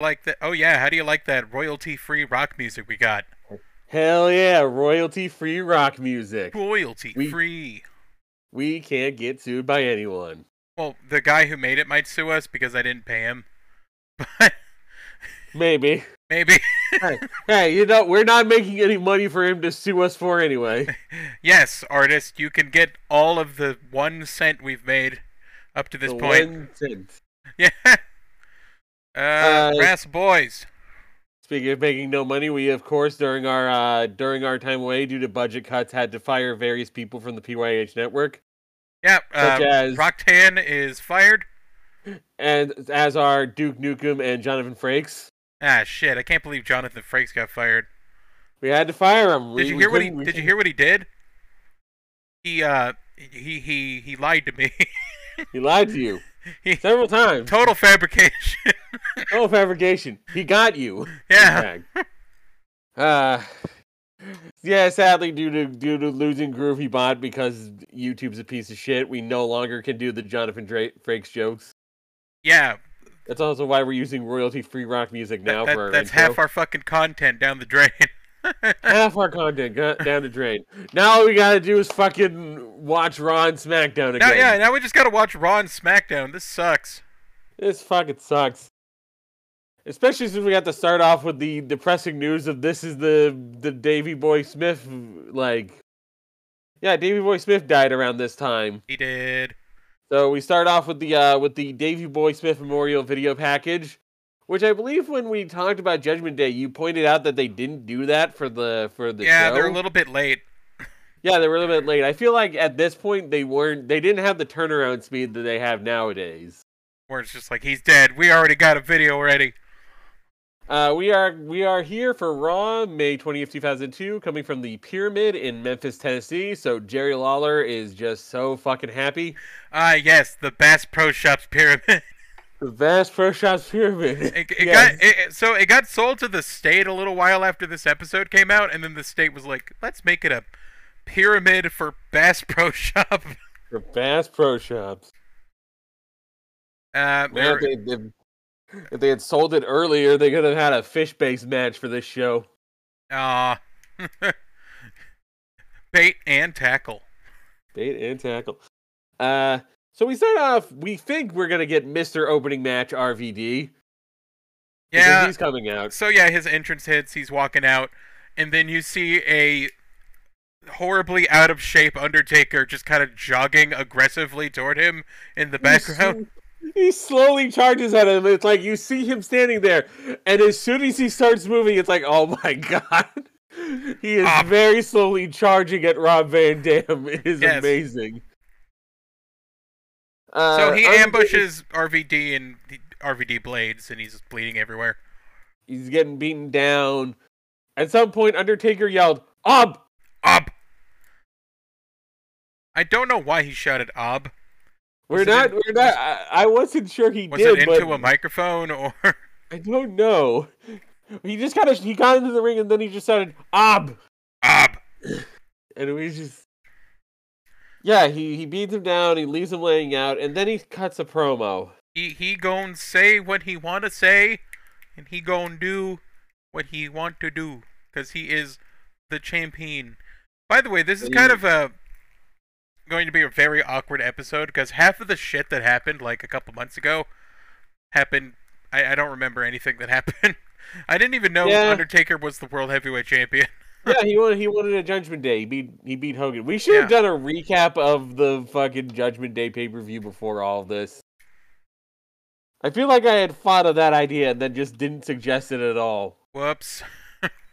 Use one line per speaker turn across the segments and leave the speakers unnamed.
like that? Oh yeah, how do you like that royalty-free rock music we got?
Hell yeah, royalty free rock music.
Royalty-free.
We can't get sued by anyone.
Well, the guy who made it might sue us because I didn't pay him. But
Maybe.
maybe.
Hey, you know, we're not making any money for him to sue us for anyway.
Yes, artist, you can get all of the one cent we've made up to this
The
point.
one cent.
Yeah. Uh,
Uh,
Brass Boys.
Speaking of making no money, we of course during our uh, during our time away due to budget cuts had to fire various people from the PYH network.
Yeah,
Such
uh,
as
Rocktan is fired.
and as are Duke Nukem and Jonathan Frakes.
Ah, shit! I can't believe Jonathan Frakes got fired.
We had to fire him.
Did you hear what he? Did you hear what he did? He uh, he he he lied to me.
He lied to you
He-
several times.
Total fabrication.
No fabrication. He got you.
yeah.
Tag. Uh, yeah, sadly, due to due to losing Groovy Bot because YouTube's a piece of shit, we no longer can do the Jonathan Dra- Frakes jokes.
Yeah,
That's also why we're using royalty free rock music now
that, that-
for our
that's
intro.
half our fucking content down the drain.
half our content go- down the drain. Now all we gotta do is fucking watch Raw and SmackDown again.
now, yeah, now we just gotta watch Raw and SmackDown. This sucks.
This fucking sucks. Especially since we got to start off with the depressing news of this is the the Davy Boy Smith like Yeah, Davy Boy Smith died around this time.
He did.
So we start off with the uh with the Davy Boy Smith memorial video package, which I believe when we talked about Judgment Day, you pointed out that they didn't do that for the for the
yeah,
show.
they're a little bit late.
Yeah, they were a little bit late. I feel like at this point they weren't they didn't have the turnaround speed that they have nowadays.
Where it's just like he's dead. We already got a video ready.
Uh, we are we are here for Raw, May twentieth, two thousand two, coming from the Pyramid in Memphis, Tennessee. So Jerry Lawler is just so fucking happy.
Ah, yes, the Bass Pro Shops pyramid.
The vast Pro Shops Pyramid.
It, it
Yes.
got it, it- so it got sold to the state a little while after this episode came out, and then the state was like, "Let's make it a pyramid for Bass Pro Shop."
The vast Pro Shops.
Uh,
Man,
or-
if, they, if- if they had sold it earlier, they could have had a fish-based match for this show.
Aw. Bait and tackle.
Bait and tackle. Uh, so we start off. We think we're gonna get Mister Opening Match RVD. because
Yeah.
he's coming out.
So yeah, his entrance hits. He's walking out, and then you see a horribly out of shape Undertaker just kind of jogging aggressively toward him in the background.
He sl- He slowly charges at him. It's like you see him standing there, and as soon as he starts moving, it's like, oh my god, he is
Ah.
very slowly charging at Rob Van Dam. It is
Yes.
amazing.
So
Uh,
he
Undertaker-
ambushes RVD and the- RVD blades, and he's bleeding everywhere.
He's getting beaten down. At some point, Undertaker yelled, "Ob!"
Ob. I don't know why he shouted ob.
We're
Was it
not.
in-
we're not. I, I wasn't sure he
Was
did.
it
but
into a microphone or?
I don't know. He just kind of he got into the ring and then he just shouted, "Ob!"
Ob.
and it was just yeah he he beats him down he leaves him laying out and then he cuts a promo
he he gon' say what he want to say, and he gon' do what he want to do, cause he is the champion. By the way, this is kind of a going to be a very awkward episode because half of the shit that happened like a couple months ago happened. I, I don't remember anything that happened. I didn't even know
Yeah.
Undertaker was the world heavyweight champion.
yeah he wanted he wanted a judgment day he beat he beat hogan we should have
Yeah.
done a recap of the fucking judgment day pay-per-view before all of this i feel like i had thought of that idea and then just didn't suggest it at all
Whoops.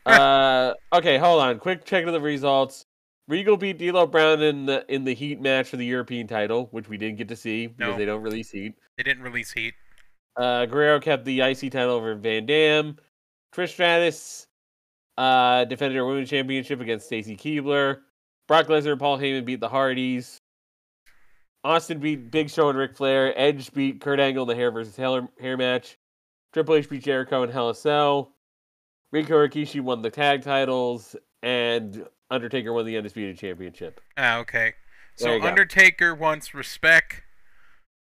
uh okay hold on quick check of the results regal beat D'Lo brown in the in the heat match for the european title which we didn't get to see because
No.
they don't release heat
They didn't release Heat.
Uh, Guerrero kept the IC title over Van Dam. Trish Stratus uh, defended her women's championship against Stacy Keebler. Brock Lesnar and Paul Heyman beat the Hardys. Austin beat Big Show and Ric Flair. Edge beat Kurt Angle in the hair versus hair, hair match. Triple H beat Jericho in Hell in a Cell. Rico Rikishi won the tag titles, and Undertaker won the Undisputed Championship.
Ah, okay.
There
So
you go.
Undertaker wants respect,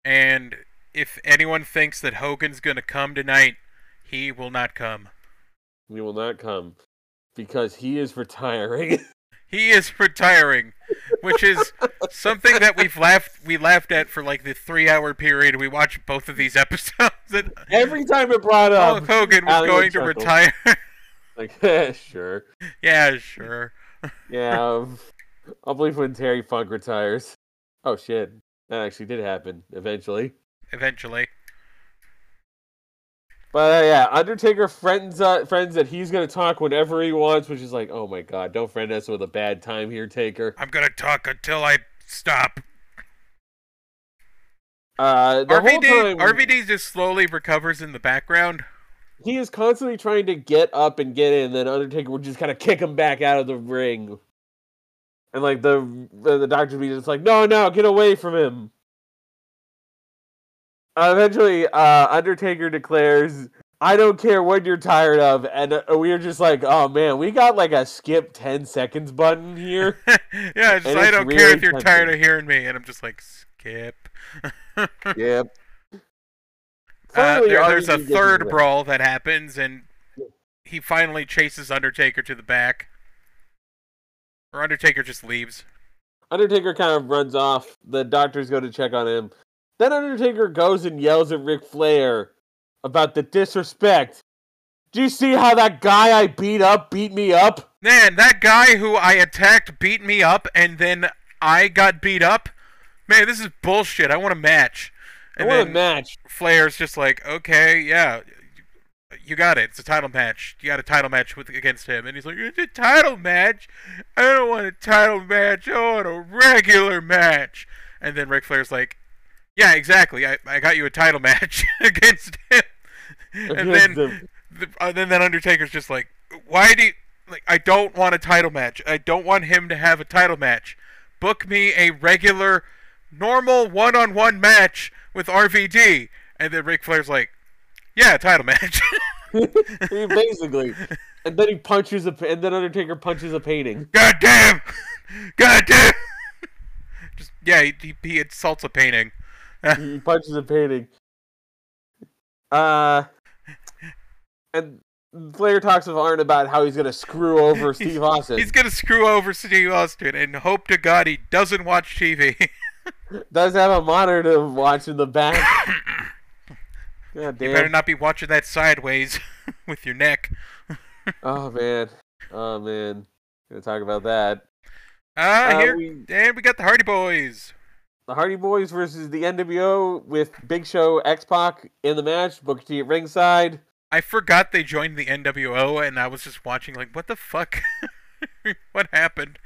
and if anyone thinks that Hogan's gonna come tonight, He will not come.
He will not come because he is retiring.
He is retiring, which is something that we've laughed we laughed at for like the three hour period we watched both of these episodes. And
Every um, time it brought
Hulk
up,
Hogan was
Alan
going to
chuckled.
retire.
like, eh, sure,
yeah, sure.
yeah, um, I'll believe when Terry Funk retires. Oh shit, that actually did happen eventually.
Eventually,
But uh, yeah, Undertaker friends uh, friends that he's gonna talk whenever he wants, which is like, oh my god, don't friend us with a bad time here, Taker.
I'm gonna talk until I stop.
Uh, the whole
RVD
time,
RVD just slowly recovers in the background.
he is constantly trying to get up and get in, then Undertaker would just kind of kick him back out of the ring. And like the the, the doctor would be just like, no, no, get away from him. Uh, eventually, uh, Undertaker declares, "I don't care what you're tired of," and uh, we are just like, "Oh man, we got like a skip ten seconds button here."
yeah, it's
And
I
it's
don't care
really
if you're
tempting.
tired of hearing me, and I'm just like skip.
yep.
Uh,
Finally,
there- there's a
RVD gets his
third
way.
brawl that happens, and he finally chases Undertaker to the back. Or Undertaker just leaves.
Undertaker kind of runs off. The doctors go to check on him. Then Undertaker goes and yells at Ric Flair about the disrespect. Do you see how that guy I beat up beat me up?
Man, that guy who I attacked beat me up, and then I got beat up. Man, this is bullshit. I want a match.
I
And
want a
then
match.
Flair's just like, okay, yeah, you got it. It's a title match. You got a title match with against him, and he's like, it's a title match. I don't want a title match. I want a regular match. And then Ric Flair's like, yeah, exactly. I, I got you a title match against him. And
Against
then
him.
the, uh, then that Undertaker's just like, why do you, like I don't want a title match. I don't want him to have a title match. Book me a regular, normal one-on-one match with RVD. And then Ric Flair's like, yeah, title match.
He Basically. and then he punches a. And then Undertaker punches a painting.
God damn! God damn! Just yeah, he, he, he insults a painting.
he punches a painting. Uh, and Flair talks with Arn about how he's gonna screw over Steve Austin.
He's gonna screw over Steve Austin and hope to God he doesn't watch TV.
does have a monitor to watch in the back. God
you better
damn.
not be watching that sideways with your neck.
Oh man. Oh man. Gonna talk about that.
Ah,
Uh,
here
we-
and we got the Hardy Boys.
The Hardy Boys versus the NWO with Big Show X Pac in the match, Booker T at ringside.
I forgot they joined the NWO, and I was just watching like, what the fuck? what happened?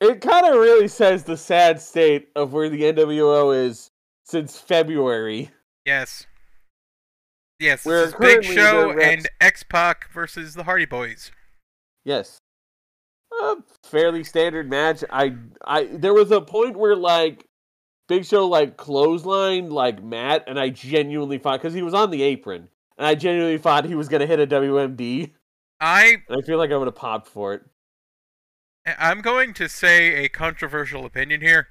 It kinda really says the sad state of where the NWO is since February.
Yes. Yes,
We're
this is Big
currently
Show
the reps-
and X Pac versus the Hardy Boys.
Yes. A fairly standard match. I I there was a point where like Big Show like clotheslined like Matt and I genuinely thought cuz he was on the apron and I genuinely thought he was going to hit a WMD
I
and I feel like I would have popped for it.
I'm going to say a controversial opinion here.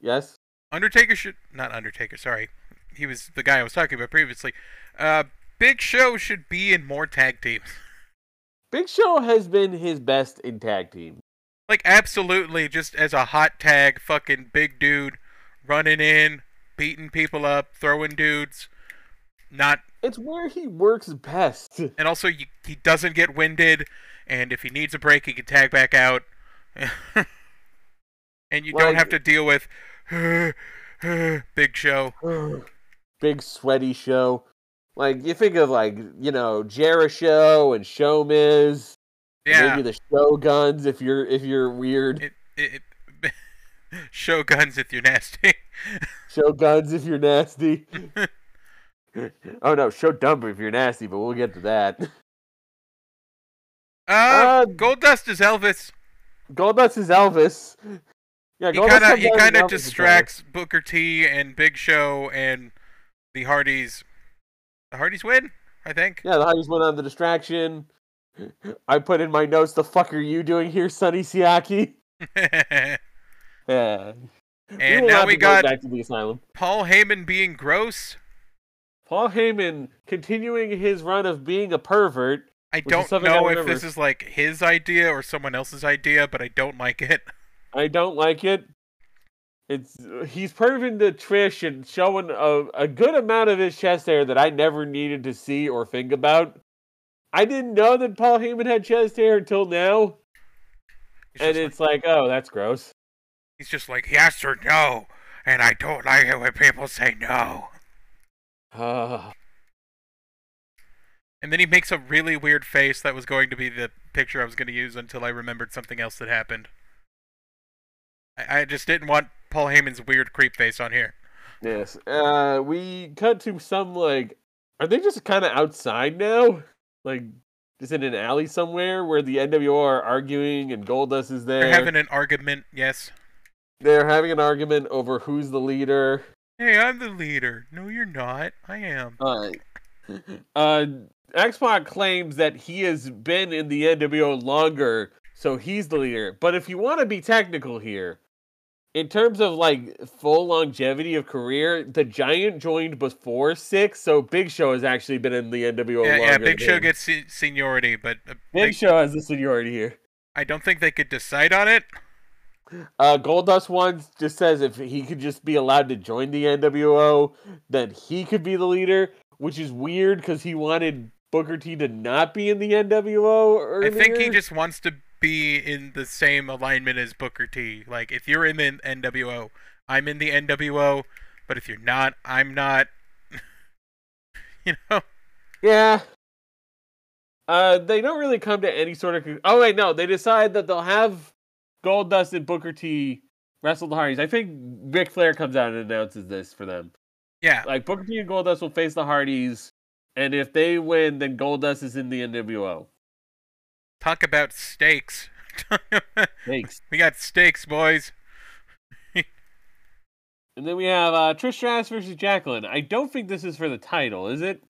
Yes.
Undertaker should not Undertaker. Sorry, he was the guy I was talking about previously. Uh, Big Show should be in more tag teams.
Big Show has been his best in tag team.
Like absolutely, just as a hot tag, fucking big dude, running in, beating people up, throwing dudes. Not
It's where he works best.
and also you, he doesn't get winded, and if he needs a break, he can tag back out. and you don't
Like-
have to deal with Big Show.
Big sweaty show. Like you think of like, you know, Jericho and Showmiz.
Yeah.
Maybe the Shoguns if you're if you're weird.
it, it, it show guns if you're nasty.
Shoguns if you're nasty. oh no, show dumper if you're nasty, but we'll get to that.
Uh,
Uh,
Goldust is Elvis.
Goldust is Elvis. Yeah,
He
Goldust
kind of
comes
he
out as
kind
Elvis
of
is
distracts Booker T and Big Show and the Hardys. The Hardys win, I think.
Elvis. Yeah, the Hardys went on the distraction. I put in my notes, the fuck are you doing here, Sonny Siaki? Yeah.
and
will
now
have
we
to go
got
back to the asylum.
Paul Heyman being gross
Paul Heyman continuing his run of being a pervert.
I
is
don't
something I
know if
remember.
this is like his idea or someone else's idea, but I don't like it.
I don't like it. It's he's proving to Trish and showing a, a good amount of his chest hair that I never needed to see or think about. I didn't know that Paul Heyman had chest hair until now,
It's
and
just like-
it's like, oh, that's gross.
he's just like yes or no, and I don't like it when people say no.
Ah.
And then he makes a really weird face that was going to be the picture I was going to use until I remembered something else that happened. I, I just didn't want Paul Heyman's weird creep face on here.
Yes. Uh, we cut to some like, are they just kind of outside now? Like, is it an alley somewhere where the NWO are arguing and Goldust is there?
They're having an argument, yes.
They're having an argument over who's the leader.
Hey, I'm the leader. No, you're not. I am.
Uh, uh, Xbox claims that he has been in the NWO longer, so he's the leader. But if you want to be technical here, in terms of like full longevity of career, the Giant joined before six, so Big Show has actually been in the NWO
yeah,
longer.
yeah, Big
than
Show
him.
gets se- seniority, but uh,
Big
they-
Show has the seniority here.
I don't think they could decide on it.
Uh, Goldust once just says if he could just be allowed to join the NWO, then he could be the leader, which is weird because he wanted Booker T to not be in the NWO. Earlier.
I think he just wants to be in the same alignment as Booker T. Like, if you're in the NWO, I'm in the NWO, but if you're not, I'm not. you know?
yeah. Uh, they don't really come to any sort of. Con- oh wait, no, they decide that they'll have Goldust and Booker T wrestle the Hardys. I think Ric Flair comes out and announces this for them.
Yeah.
Like Booker T and Goldust will face the Hardys, and if they win, then Goldust is in the NWO.
Talk about stakes.
Thanks.
we got stakes, boys.
And then we have uh, Trish Stratus versus Jacqueline. I don't think this is for the title, is it?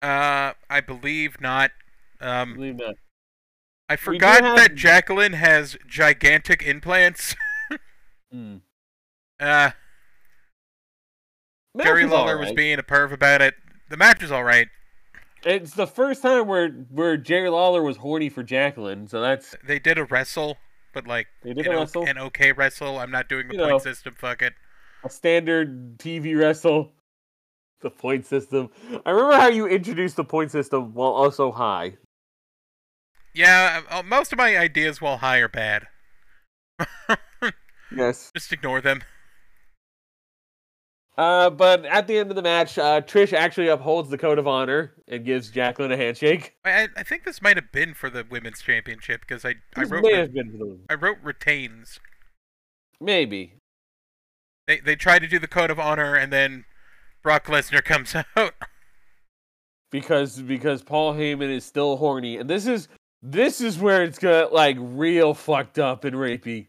Uh, I believe not.
I
Um,
believe not.
I
do
forgot
have-
that Jacqueline has gigantic implants.
Hmm.
Uh,
Match
Jerry
is
Lawler was
alright.
being a perv about it. The match was all right.
It's the first time where where Jerry Lawler was horny for Jacqueline, so that's
They did a wrestle, but like
They did
an,
a
o-
wrestle.
an okay wrestle. I'm not doing the
You
point
know.
system. Fuck it.
a standard TV wrestle. The point system. I remember how you introduced the point system while also high.
Yeah, uh, most of my ideas while high are bad.
Yes.
Just ignore them.
Uh, but at the end of the match, uh, Trish actually upholds the code of honor and gives Jacqueline a handshake.
I, I- I think this might have been for the women's championship because I I
This
wrote
may
re-
have been for the-
I wrote retains.
maybe.
They they try to do the code of honor and then Brock Lesnar comes out.
because because Paul Heyman is still horny, and this is this is where it's got like real fucked up and rapey.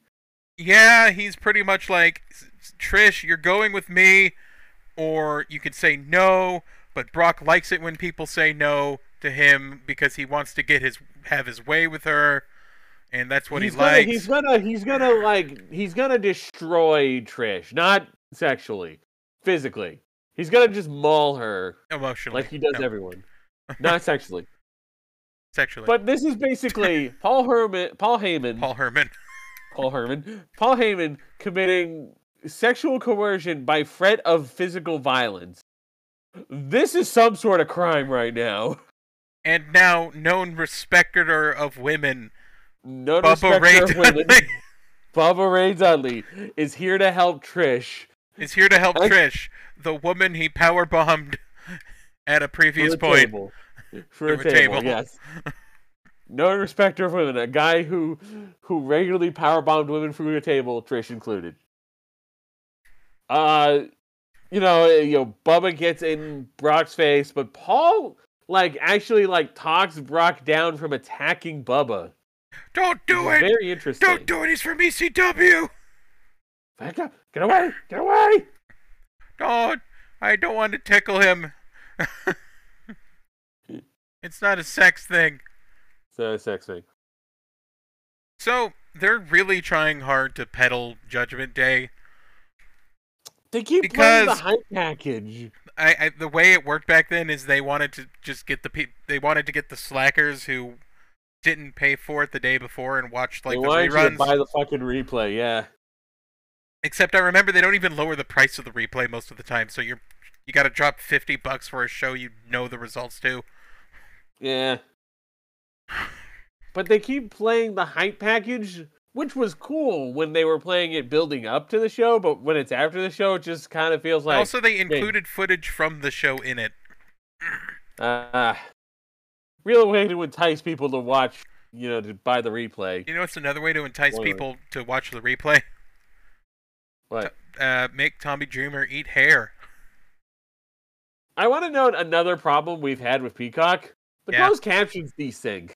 yeah, he's pretty much like Trish, you're going with me, or you could say no. But Brock likes it when people say no to him because he wants to get his have his way with her, and that's what
he's
he
gonna,
likes.
He's gonna he's gonna like he's gonna destroy Trish, not sexually, physically. He's gonna just maul her
emotionally,
like he does
no,
everyone, not sexually.
sexually.
But this is basically Paul Herman, Paul Heyman,
Paul Herman.
Paul Herman, Paul Heyman committing sexual coercion by threat of physical violence. This is some sort of crime right now.
and now known respecter of women,
No
Bubba Ray
respect for women.
Dudley
Bubba Ray Dudley is here to help Trish.
is here to help
I-
Trish, the woman he power bombed at a
For
previous
a
point.
table. For a
To a
table,
table.
yes. No respecter of women. A guy who who regularly powerbombed women through a table, Trish included. Uh you know, eh, you know, Bubba gets in Brock's face, but Paul like actually like talks Brock down from attacking Bubba.
Don't do
It's
it!
Very interesting.
Don't do it! He's from E ECW.
Back up! Get away! Get away!
Don't! I don't want to tickle him. it's not a sex thing.
So sex thing.
So they're really trying hard to peddle Judgment Day.
They keep playing the
Because-
hype package.
I, I the way it worked back then is they wanted to just get the pe- they wanted to get the slackers who didn't pay for it the day before and watched like
they
the
wanted you to
reruns.
buy the fucking replay. Yeah,
Except I remember they don't even lower the price of the replay most of the time, so you're you got to drop fifty bucks for a show you know the results to.
yeah. But they keep playing the hype package, which was cool when they were playing it building up to the show. But when it's after the show, it just kind of feels like
also, they included footage from the show in it.
ah, real way to entice people to watch. You know, to buy the replay.
You know, it's another way to entice
Spoiler.
people to watch the replay.
What?
Uh, make Tommy Dreamer eat hair.
I want to note another problem we've had with Peacock. The
Yeah.
closed captions desync.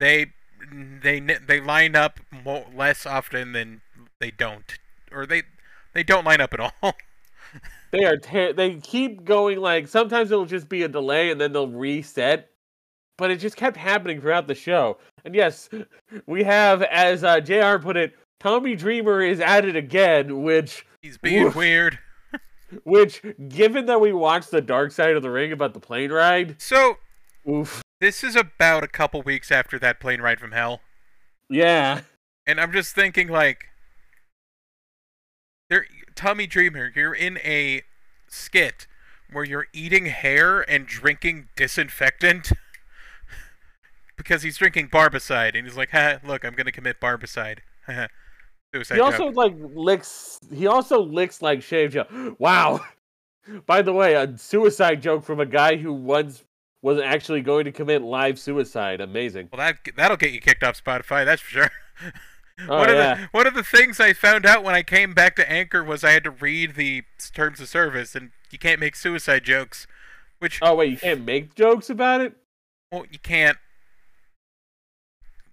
They they they line up mo less often than they don't, or they they don't line up at all.
They are ter- they keep going like sometimes it'll just be a delay and then they'll reset. But it just kept happening throughout the show. And yes, we have as uh, JR put it, Tommy Dreamer is at it again, which
He's being
Oof.
weird.
which given that we watched the dark side of the ring about the plane ride,
So
oof.
this is about a couple weeks after that plane ride from hell.
Yeah.
And I'm just thinking like there Tommy Dreamer, you're in a skit where you're eating hair and drinking disinfectant because he's drinking barbicide and he's like, "Ha, look, I'm going to commit barbicide." Suicide
he also
joke.
like licks he also licks like shave joke wow by the way a suicide joke from a guy who once was actually going to commit live suicide amazing
Well, that that'll get you kicked off Spotify, that's for sure.
oh
one of
yeah
the one of the things I found out when I came back to Anchor was I had to read the terms of service and you can't make suicide jokes, which
oh wait you can't make jokes about it
well, you can't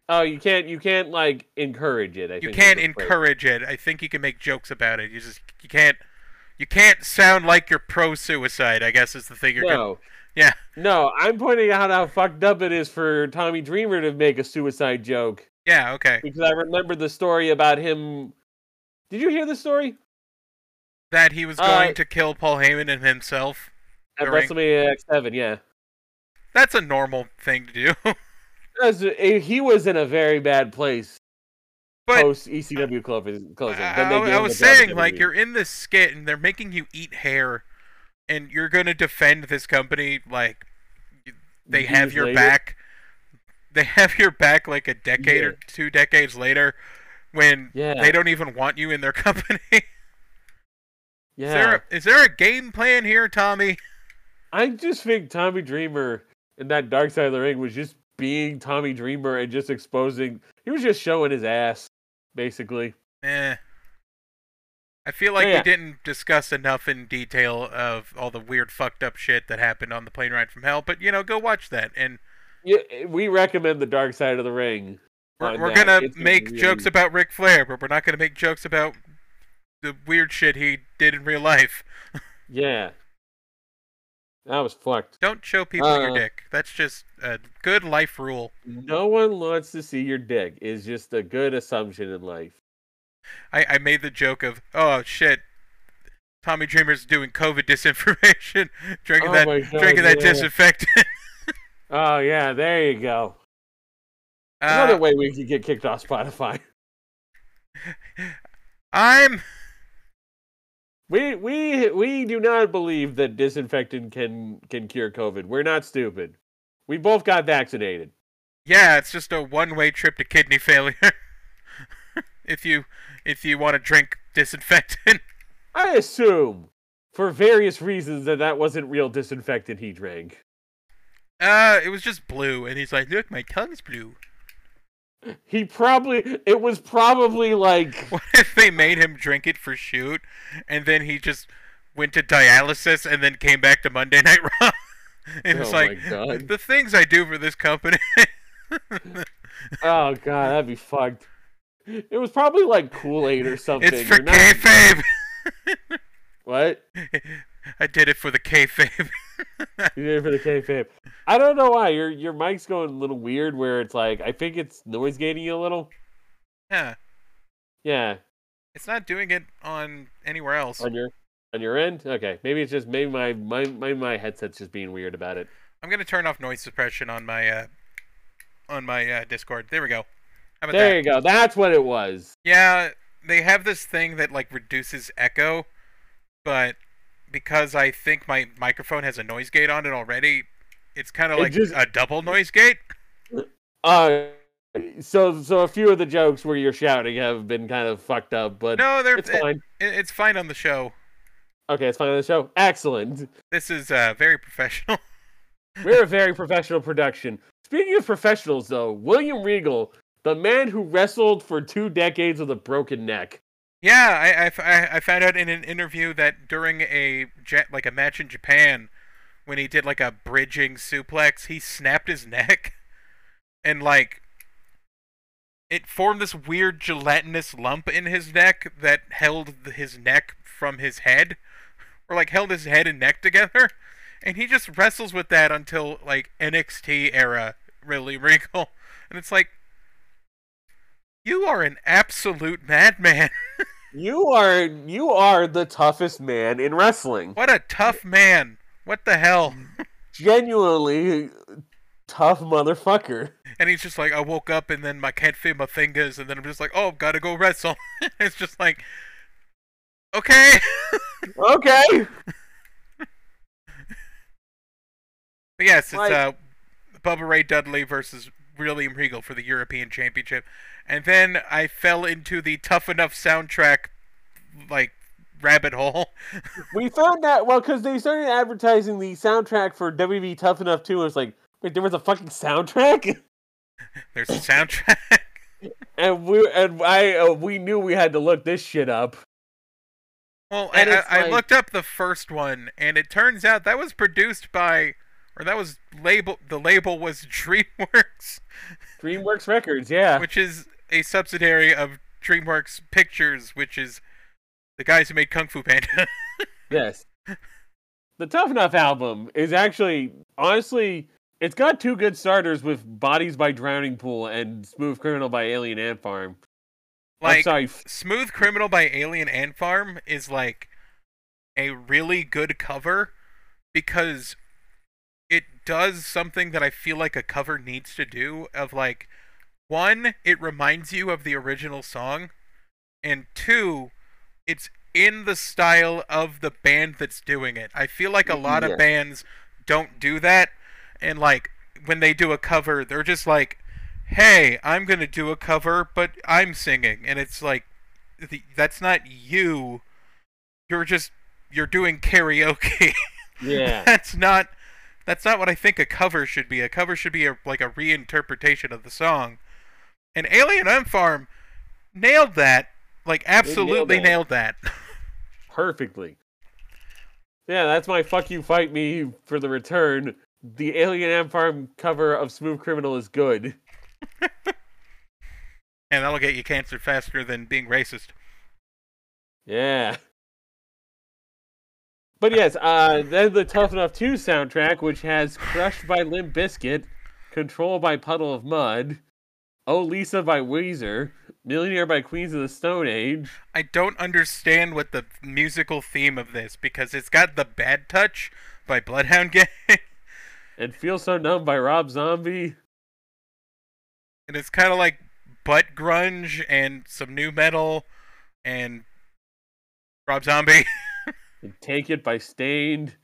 oh you can't you can't like encourage it I
you
think is
can't
the phrase.
encourage it. I think you can make jokes about it. You just you can't you can't sound like you're pro suicide. I guess is the thing you're gonna.
no
Yeah.
no i'm pointing out how fucked up it is for tommy dreamer to make a suicide joke
Yeah. Okay.
because i remember the story about him did you hear the story
That he was
Uh,
going to kill Paul Heyman and himself.
at
During-
wrestlemania x7 yeah
That's a normal thing to do.
Because eh, he was in a very bad place
but
post ECW clo- closing.
I,
Then they
I-
gave
I
him a
was
job at
saying like
WWE.
you're in this skit and they're making you eat hair, and you're gonna defend this company like they
Years
have your
later.
back. They have your back like a decade
Yeah.
or two decades later, when
Yeah,
they don't even want you in their company.
yeah.
Is there a, is there a game plan here, Tommy?
I just think Tommy Dreamer in that Dark Side of the Ring was just being Tommy Dreamer and just exposing. He was just showing his ass, basically.
Eh. I feel like
Oh, Yeah.
we didn't discuss enough in detail of all the weird fucked up shit that happened on the plane ride from hell, but you know, go watch that and
Yeah, eh, we recommend the Dark Side of the Ring.
we're,
on
we're
that.
gonna
It's
make
really-
jokes about Ric Flair, but we're not gonna make jokes about the weird shit he did in real life.
Yeah, that was fucked.
Don't show people your
Uh.
dick. That's just a good life rule.
No one wants to see your dick. Is just a good assumption in life.
I, I made the joke of, oh shit, Tommy Dreamer's doing COVID disinformation, drinking
Oh
that
my God,
drinking that
yeah.
disinfectant.
Oh yeah, there you go.
Uh,
Another way we could get kicked off Spotify.
I'm
We we we do not believe that disinfectant can can cure COVID. We're not stupid. We both got vaccinated.
yeah, it's just a one-way trip to kidney failure. if you if you want to drink disinfectant,
I assume for various reasons that that wasn't real disinfectant he drank.
uh, it was just blue, and he's like, look, my tongue's blue.
He probably it was probably like
What if they made him drink it for shoot, and then he just went to dialysis and then came back to Monday Night Raw? and it's
Oh
like
my God.
the things I do for this company.
oh god, that'd be fucked. It was probably like Kool Aid or something.
it's for
You're not-
kayfabe.
What?
I did it for the kayfabe.
You did it for the kayfabe. I don't know why your your mic's going a little weird. Where it's like I think it's noise gating you a little.
yeah,
Yeah,
it's not doing it on anywhere else.
on your On your end? Okay. Maybe it's just maybe my my my, my headset's just being weird about it.
I'm gonna turn off noise suppression on my uh, on my uh, Discord. There we go. How about
There
that?
you go. That's what it was.
Yeah, they have this thing that like reduces echo, but because I think my microphone has a noise gate on it already, it's kind of
It
like
just-
a double noise gate.
Uh so so a few of the jokes where you're shouting have been kind of fucked up, but
No, they're
it's
it-
fine.
it- it's fine on the show.
Okay, it's fine on the show. Excellent.
This is uh, very professional.
We're a very professional production. Speaking of professionals, though, William Regal, the man who wrestled for two decades with a broken neck.
Yeah, I- I, f- I- I found out in an interview that during a ja- like a match in Japan, when he did like a bridging suplex, he snapped his neck, and like it formed this weird gelatinous lump in his neck that held th- his neck from his head, or like held his head and neck together, and he just wrestles with that until like NXT era really wrinkle, and it's like you are an absolute madman.
You are you are the toughest man in wrestling.
What a tough man. What the hell?
Genuinely tough motherfucker.
And he's just like, I woke up and then my can't feel my fingers, and then I'm just like, oh, gotta go wrestle. it's just like, okay.
Okay.
But yes, it's
Like-
uh, Bubba Ray Dudley versus William Regal for the European Championship. And then I fell into the Tough Enough soundtrack, like, rabbit hole.
We found out well because they started advertising the soundtrack for WWE Tough Enough too. And it's like, wait, there was a fucking soundtrack,
There's a soundtrack.
and we and I uh, we knew we had to look this shit up.
Well, I,
And
I,
it's
I
like-
looked up the first one, and it turns out that was produced by, or that was label. The label was DreamWorks,
DreamWorks Records, yeah.
which is a subsidiary of DreamWorks Pictures, which is the guys who made Kung Fu Panda.
Yes. The Tough Enough album is actually, honestly, it's got two good starters with Bodies by Drowning Pool and Smooth Criminal by Alien Ant Farm. I'm
like
sorry. f-
Smooth Criminal by Alien Ant Farm is like a really good cover because it does something that I feel like a cover needs to do of like one, it reminds you of the original song, and two, it's in the style of the band that's doing it. I feel like a lot
Yeah.
of bands don't do that and like when they do a cover, they're just like, "Hey, I'm going to do a cover, but I'm singing." And it's like the, that's not you. You're just you're doing karaoke.
Yeah.
that's not that's not what I think a cover should be. A cover should be a, like a reinterpretation of the song. And Alien Ant Farm nailed that. Like absolutely
that.
nailed that.
perfectly. Yeah, that's my fuck you fight me for the return. The Alien Ant Farm cover of Smooth Criminal is good.
And that'll get you cancer faster than being racist.
Yeah. But yes, uh, then the Tough Enough 2 soundtrack, which has Crushed by Limp Biscuit, Control by Puddle of Mud, Oh Lisa by Weezer, Millionaire by Queens of the Stone Age.
I don't understand what the musical theme of this because it's got the bad touch by Bloodhound Gang,
And Feel So Numb by Rob Zombie.
and it's kind of like butt grunge and some new metal and Rob Zombie.
And Take It by Stained.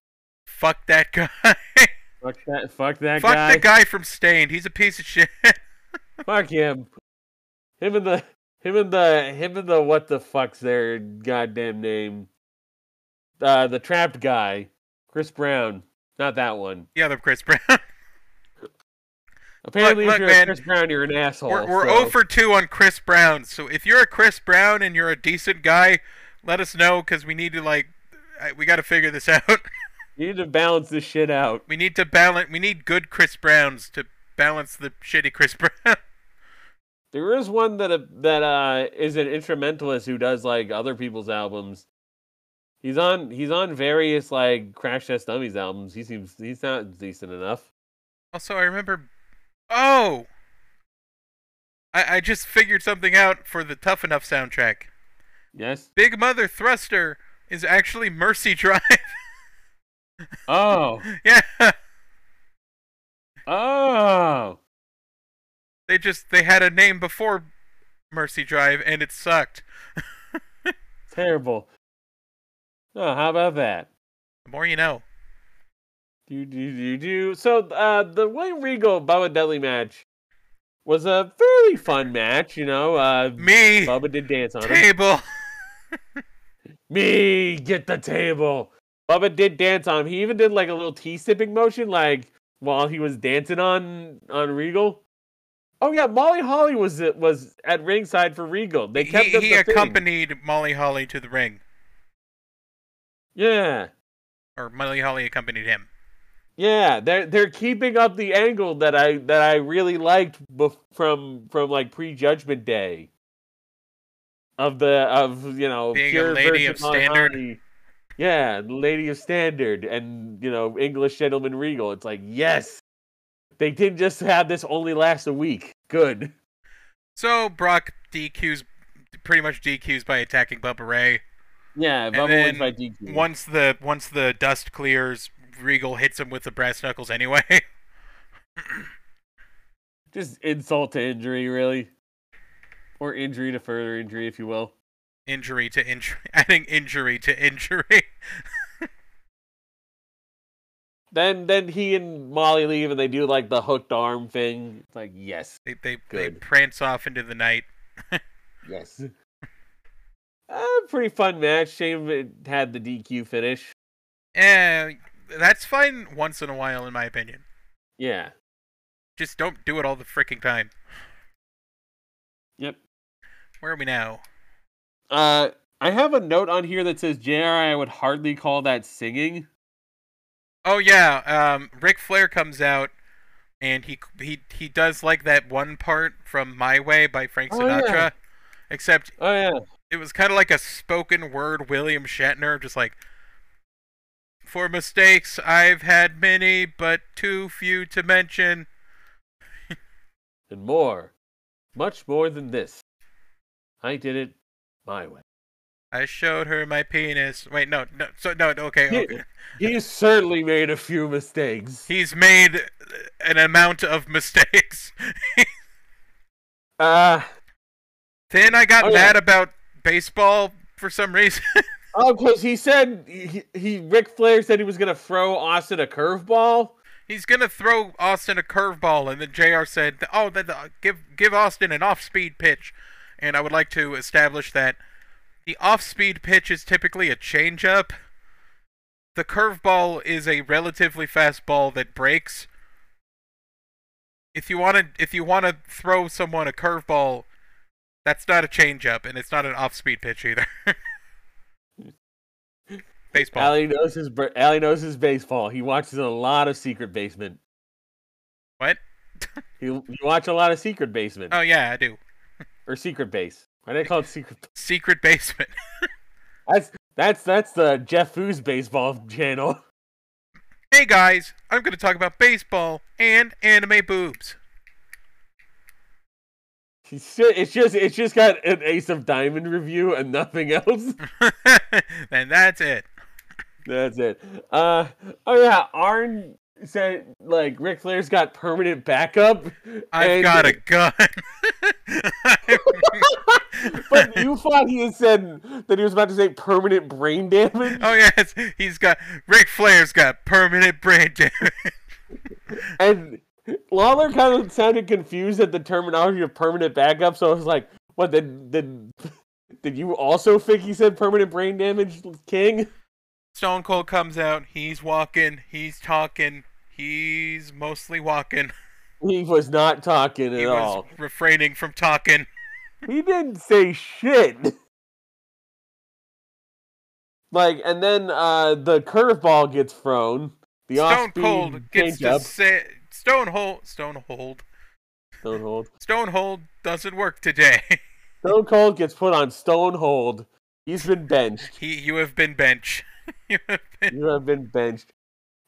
Fuck that guy.
Fuck that, fuck that
Fuck
guy.
the guy from Stained. He's a piece of shit.
Fuck him. Him and the him and the him and the what the fuck's their goddamn name? Uh the trapped guy. Chris Brown. Not that one.
The other Chris Brown.
Apparently
look,
if you're
man,
a Chris Brown, you're an asshole.
We're, we're
so-
0 for 2 on Chris Brown. So if you're a Chris Brown and you're a decent guy, let us know because we need to, like, I- we got to figure this out.
You need to balance this shit out.
We need to balance. We need good Chris Browns to balance the shitty Chris Brown.
There is one that a, that uh is an instrumentalist who does like other people's albums. He's on he's on various like Crash Test Dummies albums. He seems he's not decent enough.
also, I remember. Oh, I I just figured something out for the Tough Enough soundtrack.
Yes?
Big Mother Thruster is actually Mercy Drive.
Oh,
yeah,
oh,
they just they had a name before Mercy Drive, and it sucked.
terrible. Oh, how about that?
The more you know.
Do do do do. So uh, the William Regal Bubba Dudley match was a fairly fun match. You know, uh,
Me
Bubba did dance on him.
table.
Me get the table. Bubba did dance on him. He even did like a little tea sipping motion, like while he was dancing on on Regal. Oh yeah, Molly Holly was was at ringside for Regal. They kept
he
up
he
the thing.
accompanied Molly Holly to the ring,
Yeah.
or Molly Holly accompanied him.
Yeah, they're they're keeping up the angle that I that I really liked bef- from from like prejudgment day of the of you know
Being a lady
Virgin
of standard.
Mahoney. Yeah, the lady of standard and you know English gentleman regal. It's like yes, they didn't just have this only last a week. Good.
So Brock DQs pretty much DQs by attacking Bubba Ray.
Yeah,
Bubba wins then by
DQ.
Once the once the dust clears, Regal hits him with the brass knuckles anyway.
just insult to injury, really, or injury to further injury, if you will.
injury to injury, adding injury to injury.
Then then he and Molly leave and they do like the hooked arm thing. It's like yes,
They they, they
Good.
prance off into the night.
yes. uh, pretty fun match. Shane had the DQ finish.
And Eh, that's fine once in a while, in my opinion.
Yeah.
Just don't do it all the freaking time.
Yep.
Where are we now?
Uh, I have a note on here that says JR. I would hardly call that singing.
Oh yeah, um, Ric Flair comes out, and he he he does like that one part from "My Way" by Frank
Oh,
Sinatra,
yeah.
except
Oh yeah.
it was kind of like a spoken word William Shatner, just like. For mistakes, I've had many, but too few to mention.
and more, much more than this. I did it my way.
I showed her my penis. Wait, no, no, so no, no, okay,
He-
okay.
He certainly made a few mistakes.
He's made an amount of mistakes.
Uh,
then I got
Oh, yeah.
mad about baseball for some reason.
Oh, because he said he, he Ric Flair said he was gonna throw Austin a curveball.
He's gonna throw Austin a curveball, and then Jr. said, "Oh, th th- give give Austin an off-speed pitch," and I would like to establish that the off-speed pitch is typically a changeup. The curveball is a relatively fast ball that breaks. If you want to, if you want to throw someone a curveball, that's not a changeup, and it's not an off-speed pitch either. Baseball.
Allie knows his br- Allie knows his baseball. He watches a lot of Secret Basement.
What?
He you watch a lot of Secret Basement
Oh yeah, I do.
or Secret Base. Why they call it Secret?
Secret basement.
That's that's that's the Jeff Foos baseball channel.
Hey guys, I'm going to talk about baseball and anime boobs.
It's ju- it's just it's just got an Ace of Diamond review and nothing else.
and that's it.
That's it. Uh oh yeah, Arn said like Ric Flair's got permanent backup.
I've
and-
got a gun.
but you thought he had said that he was about to say permanent brain damage,
oh yes, he's got Ric Flair's got permanent brain damage.
and Lawler kind of sounded confused at the terminology of permanent backup. So I was like, "What? Did did did you also think he said permanent brain damage, King?"
Stone Cold comes out. He's walking. He's talking. He's mostly walking.
He was not talking at
He was
all.
refraining from talking.
He didn't say shit. Like, and then uh, the curveball gets thrown. The
Stone
off-speed
Cold gets to
changeup-
say Stone Hold Stone Hold
Stone Cold.
Stone Hold doesn't work today.
Stone Cold gets put on Stone Hold. He's been benched.
he you have been bench. you have been
You have been benched.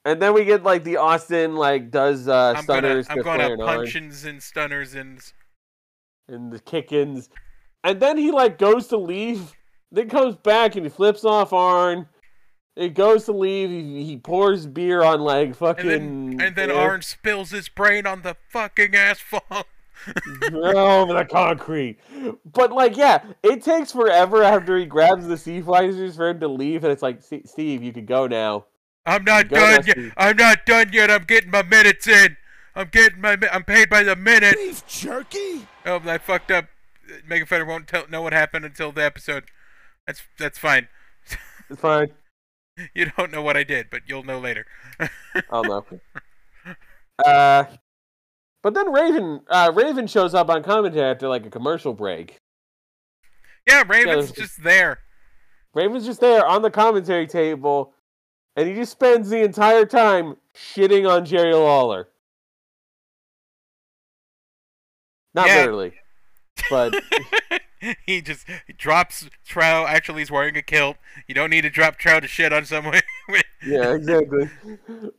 And then we get like the Austin like does uh
I'm gonna
stunners
I'm
to
gonna
Flair and,
punch ins and stunners and
Arn and the kickins. And then he like goes to leave Then comes back and he flips off Arn. It goes to leave. He, he pours beer on like fucking.
And then, and then
yeah,
Arn spills his brain on the fucking asphalt.
over the concrete. But like, yeah, it takes forever after he grabs the sea flyers for him to leave, and it's like, "Se- Steve, you could go now.
I'm not
Go,
done yet.
Dusty.
I'm not done yet. I'm getting my minutes in. I'm getting my. mi- I'm paid by the minute.
Beef jerky?
Oh, I fucked up. Megan Feder won't tell, know what happened until the episode. That's that's fine.
It's fine.
You don't know what I did, but you'll know later.
Oh no. Uh, but then Raven, uh, Raven shows up on commentary after like a commercial break.
yeah, Raven's
there's-
just there.
Raven's just there on the commentary table, and he just spends the entire time shitting on Jerry Lawler. Not
Yeah.
literally, but
he just he drops Trow. Actually, he's wearing a kilt. You don't need to drop Trow to shit on someone.
yeah, exactly.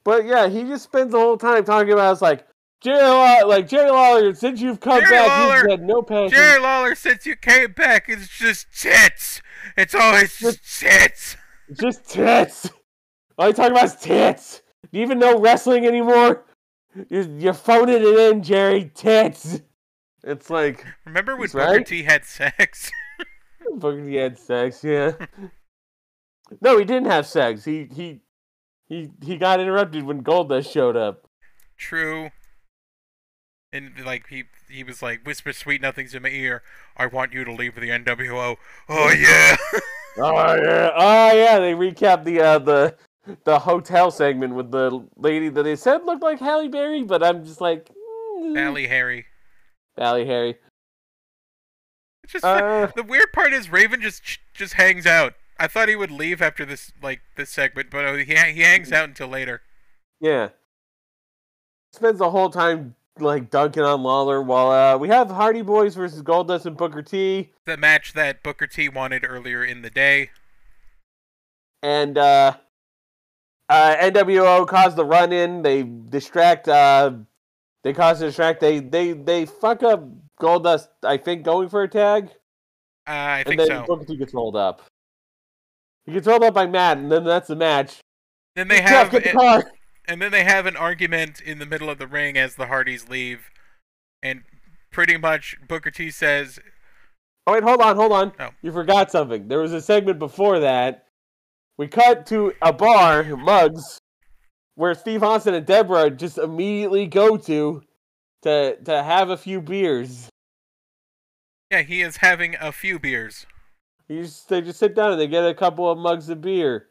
but yeah, he just spends the whole time talking about it's like Jerry Lawler, like Jerry Lawler. Since you've come
Jerry
back,
Lawler-
you've had no passion.
Jerry Lawler, since you came back, it's just tits. It's always just tits.
It's just tits. All you talk about is tits. Do you even know wrestling anymore? You're, you're phoning it in, Jerry. Tits. It's like
Remember when
He's
Booker
right.
T had sex?
fucking he had sex. Yeah. no, he didn't have sex. He he he he got interrupted when Goldust showed up.
True. And like he he was like whisper sweet nothings in my ear. I want you to leave the NWO. Oh yeah.
Oh yeah. Oh yeah. They recapped the uh, the the hotel segment with the lady that they said looked like Halle Berry, but I'm just like mm,
Sally Harry.
Halle Harry.
It's just fu-
Uh,
the weird part is Raven just just hangs out. I thought he would leave after this like this segment, but uh, he ha- he hangs out until later.
Yeah. Spends the whole time like dunking on Lawler while uh, we have Hardy Boys versus Goldust and Booker T.
The match that Booker T wanted earlier in the day.
And uh, uh, NWO cause the run in. They distract. Uh, they cause the distract. They they they fuck up Goldust. I think going for a tag,
Uh, I
and
think
then
so.
Booker T gets rolled up. He gets rolled up by Matt, and then that's the match.
then they
Jeff,
have
get the
a-
car.
and then they have an argument in the middle of the ring as the Hardys leave, and pretty much Booker T says,
Oh wait, hold on, hold on.
Oh.
You forgot something. There was a segment before that. We cut to a bar, Mugs, where Steve Austin and Deborah just immediately go to to to have a few beers.
"Yeah, he is having a few beers."
You just, they just sit down and they get a couple of mugs of beer.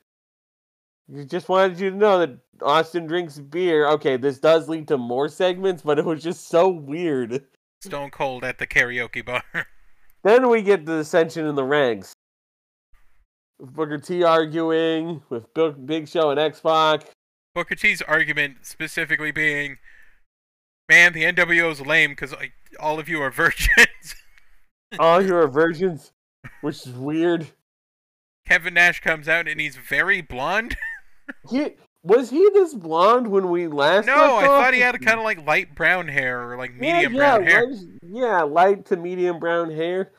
You just wanted you to know that Austin drinks beer. Okay, this does lead to more segments, but it was just so weird.
Stone Cold at the karaoke bar.
Then we get the ascension in the ranks. Booker T arguing with Bill- Big Show and X Pac.
Booker T's argument specifically being, "Man, the NWO is lame because all of you are virgins."
All your virgins, which is weird.
Kevin Nash comes out and he's very blonde.
He was he this blonde when we last?
no,
left
I
off?
thought he had kind of like light brown hair or like
Yeah,
medium
yeah,
brown hair.
light- yeah, light to medium brown hair.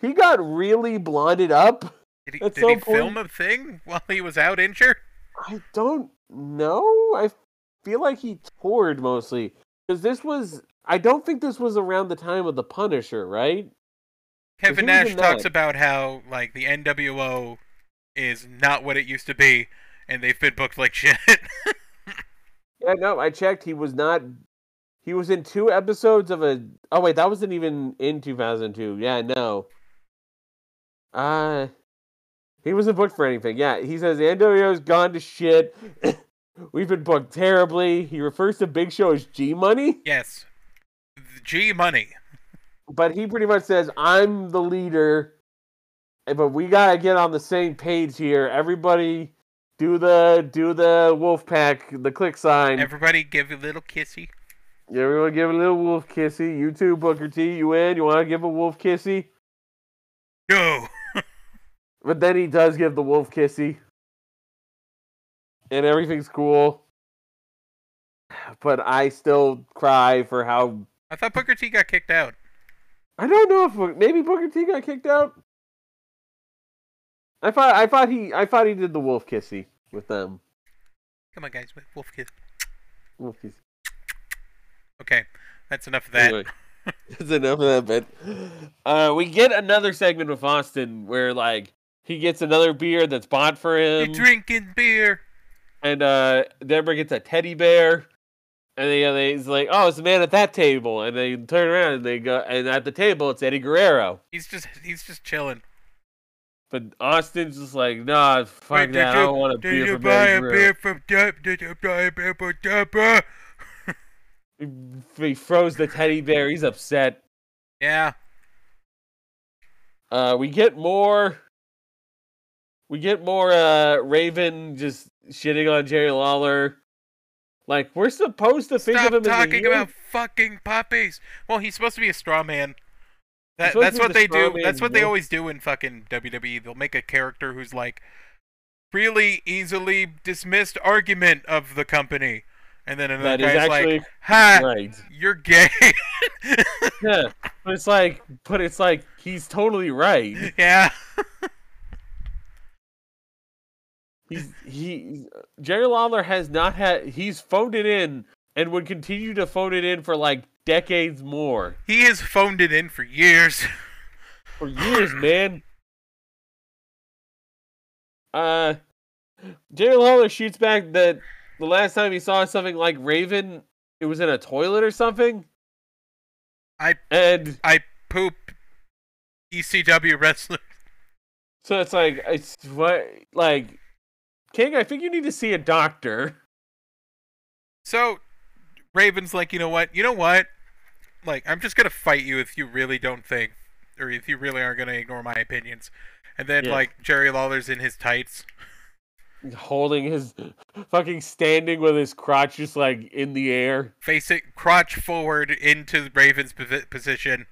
He got really blonded up.
Did he, did
at
he
some point-
film a thing while he was out injured?
I don't know. I feel like he toured mostly because this was. I don't think this was around the time of the Punisher, right?
Kevin
he was
Nash
in
talks
that-
about how like the NWO is not what it used to be, and they've been booked like shit.
Yeah, no, I checked. He was not. He was in two episodes of a. Oh wait, that wasn't even in 2002. Yeah, no. Uh he wasn't booked for anything. Yeah, he says Antonio's gone to shit. We've been booked terribly. He refers to Big Show as G Money,
yes, G Money.
but he pretty much says I'm the leader. eh, But we gotta get on the same page here. Everybody, do the do the wolf pack, the click sign.
Everybody give a little kissy.
Yeah, Everyone give a little wolf kissy. You too, Booker T. You in? You want to give a wolf kissy?
No.
But then he does give the wolf kissy. And everything's cool. But I still cry for how.
I thought Booker T got kicked out.
I don't know if. Maybe Booker T got kicked out? I thought I thought he I thought he did the wolf kissy with them.
Come on, guys. with Wolf kiss.
Wolf kissy.
Okay, that's enough of that.
Anyway, that's enough of that bit. Uh, we get another segment with Austin where like he gets another beer that's bought for
You
him,
drinking beer.
and uh, Deborah gets a teddy bear, and they, they he's like, "Oh, it's the man at that table," and they turn around and they go, and at the table it's Eddie Guerrero,
He's just he's just chilling.
but Austin's just like, "Nah, fuck
Wait,
that,
did
I
you,
don't want a
did
beer
you
from
buy
Eddie
a
Guerrero."
beer from Deb? Did you buy a beer from Deborah?
He froze the teddy bear. He's upset.
Yeah.
Uh, we get more. We get more. Uh, Raven just shitting on Jerry Lawler. Like we're supposed to think
Stop
of him as a
talking
heel.
about fucking puppies. Well, he's supposed to be a straw man. That,
supposed
that's
to be
what
the
they
straw
do.
man,
That's what they
yeah.
always do in fucking WWE. They'll make a character who's like really easily dismissed argument of the company, and then another
That is
guy's
actually
like, "Ha,
right.
you're gay."
Yeah, but it's like, but it's like he's totally right.
yeah.
He's he Jerry Lawler has not had. He's phoned it in and would continue to phone it in for like decades more
He has phoned it in for years.
for years, man. Uh, Jerry Lawler shoots back that the last time he saw something like Raven, it was in a toilet or something.
I-
and
I poop ECW wrestler.
so it's like it's what like King. I think you need to see a doctor.
So Raven's like, you know what? You know what? Like, I'm just gonna fight you if you really don't think, or if you really are gonna ignore my opinions. And then
Yeah.
like Jerry Lawler's in his tights.
Holding his fucking standing with his crotch just like in the air.
Face it, crotch forward into Raven's posi- position.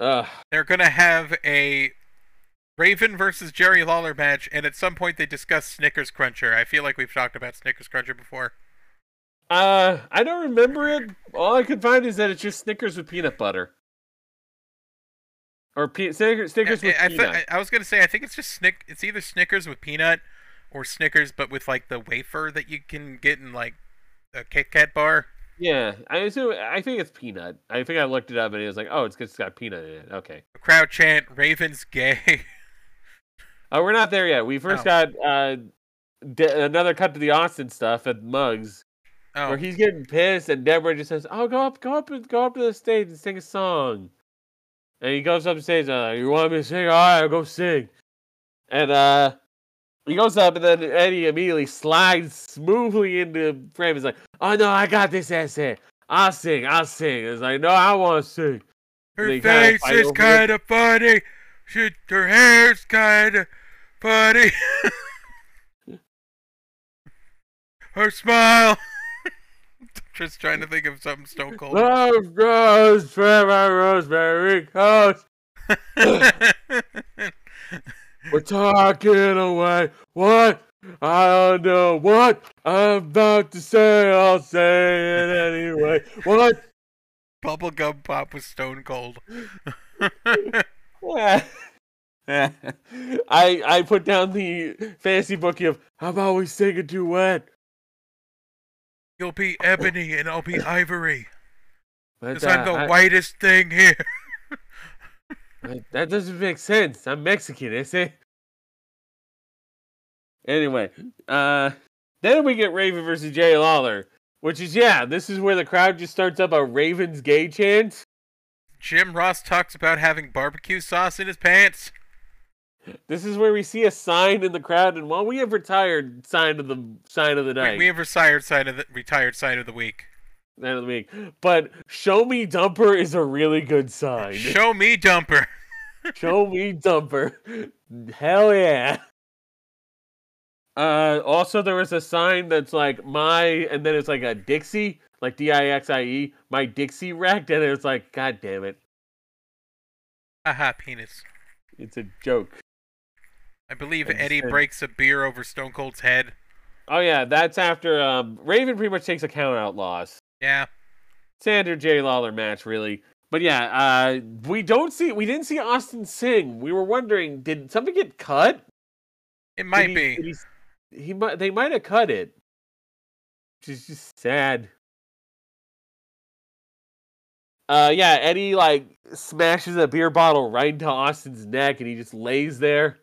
Ugh.
They're gonna have a Raven versus Jerry Lawler match, and at some point they discuss Snickers Cruncher. I feel like we've talked about Snickers Cruncher before.
Uh, I don't remember it. All I could find is that it's just Snickers with peanut butter, or pe- Snickers, Snickers
I,
with
I- I thi-
peanut.
I- I was gonna say I think it's just Snick. It's either Snickers with peanut, or Snickers but with like the wafer that you can get in like a Kit Kat bar.
yeah, I assume. I think it's peanut. I think I looked it up and it was like, oh, it's, it's got peanut in it. Okay.
The crowd chant Ravens gay.
Oh, we're not there yet. We first got uh de- another cut to the Austin stuff at Mugs,
Oh,
where he's getting pissed, and Deborah just says, "Oh, go up, go up, and go up to the stage and sing a song." And he goes up on stage and I'm like, "You want me to sing? All right, I'll go sing." And uh, he goes up, and then Eddie immediately slides smoothly into frame. He's like, "Oh no, I got this essay. I'll sing. I'll sing." It's like, "No, I want to sing."
her
they kinda
face
fight
is
over it.
kind of funny. She, her hair's kind of funny. her smile. Just trying to think of something Stone Cold.
Love grows from my rosemary coast. We're talking away. What? I don't know what I'm about to say. I'll say it anyway. What?
Bubblegum pop was Stone Cold.
I I put down the fantasy bookie of I'm always singing duet.
You'll be ebony and I'll be ivory.
But,
Because I'm
uh,
the
I-
whitest thing here.
I- that doesn't make sense. I'm Mexican, is it? Anyway, uh, then we get Raven versus Jerry Lawler, which is yeah, this is where the crowd just starts up a Ravens gay chant.
Jim Ross talks about having barbecue sauce in his pants.
This is where we see a sign in the crowd, and while we have retired sign of the sign of the
We,
night,
we have retired sign of the retired sign of the week.
sign of the week. But show me dumper is a really good sign.
Show me dumper.
Show me dumper. Hell yeah. Uh, also, there was a sign that's like my, and then it's like a Dixie, like D I X I E, my Dixie wrecked, and it's like, God damn it,
Haha, penis.
it's a joke.
I believe
I just
Eddie
said-
breaks a beer over Stone Cold's head.
Oh yeah, that's after um, Raven pretty much takes a count out loss.
Yeah.
Sandra J Lawler match really, But yeah, uh, we don't see we didn't see Austin Singh. We were wondering, did something get cut?
It might
Did he-
be.
did He, he might they might have cut it, which is just sad. Uh, yeah, Eddie like smashes a beer bottle right into Austin's neck, and he just lays there.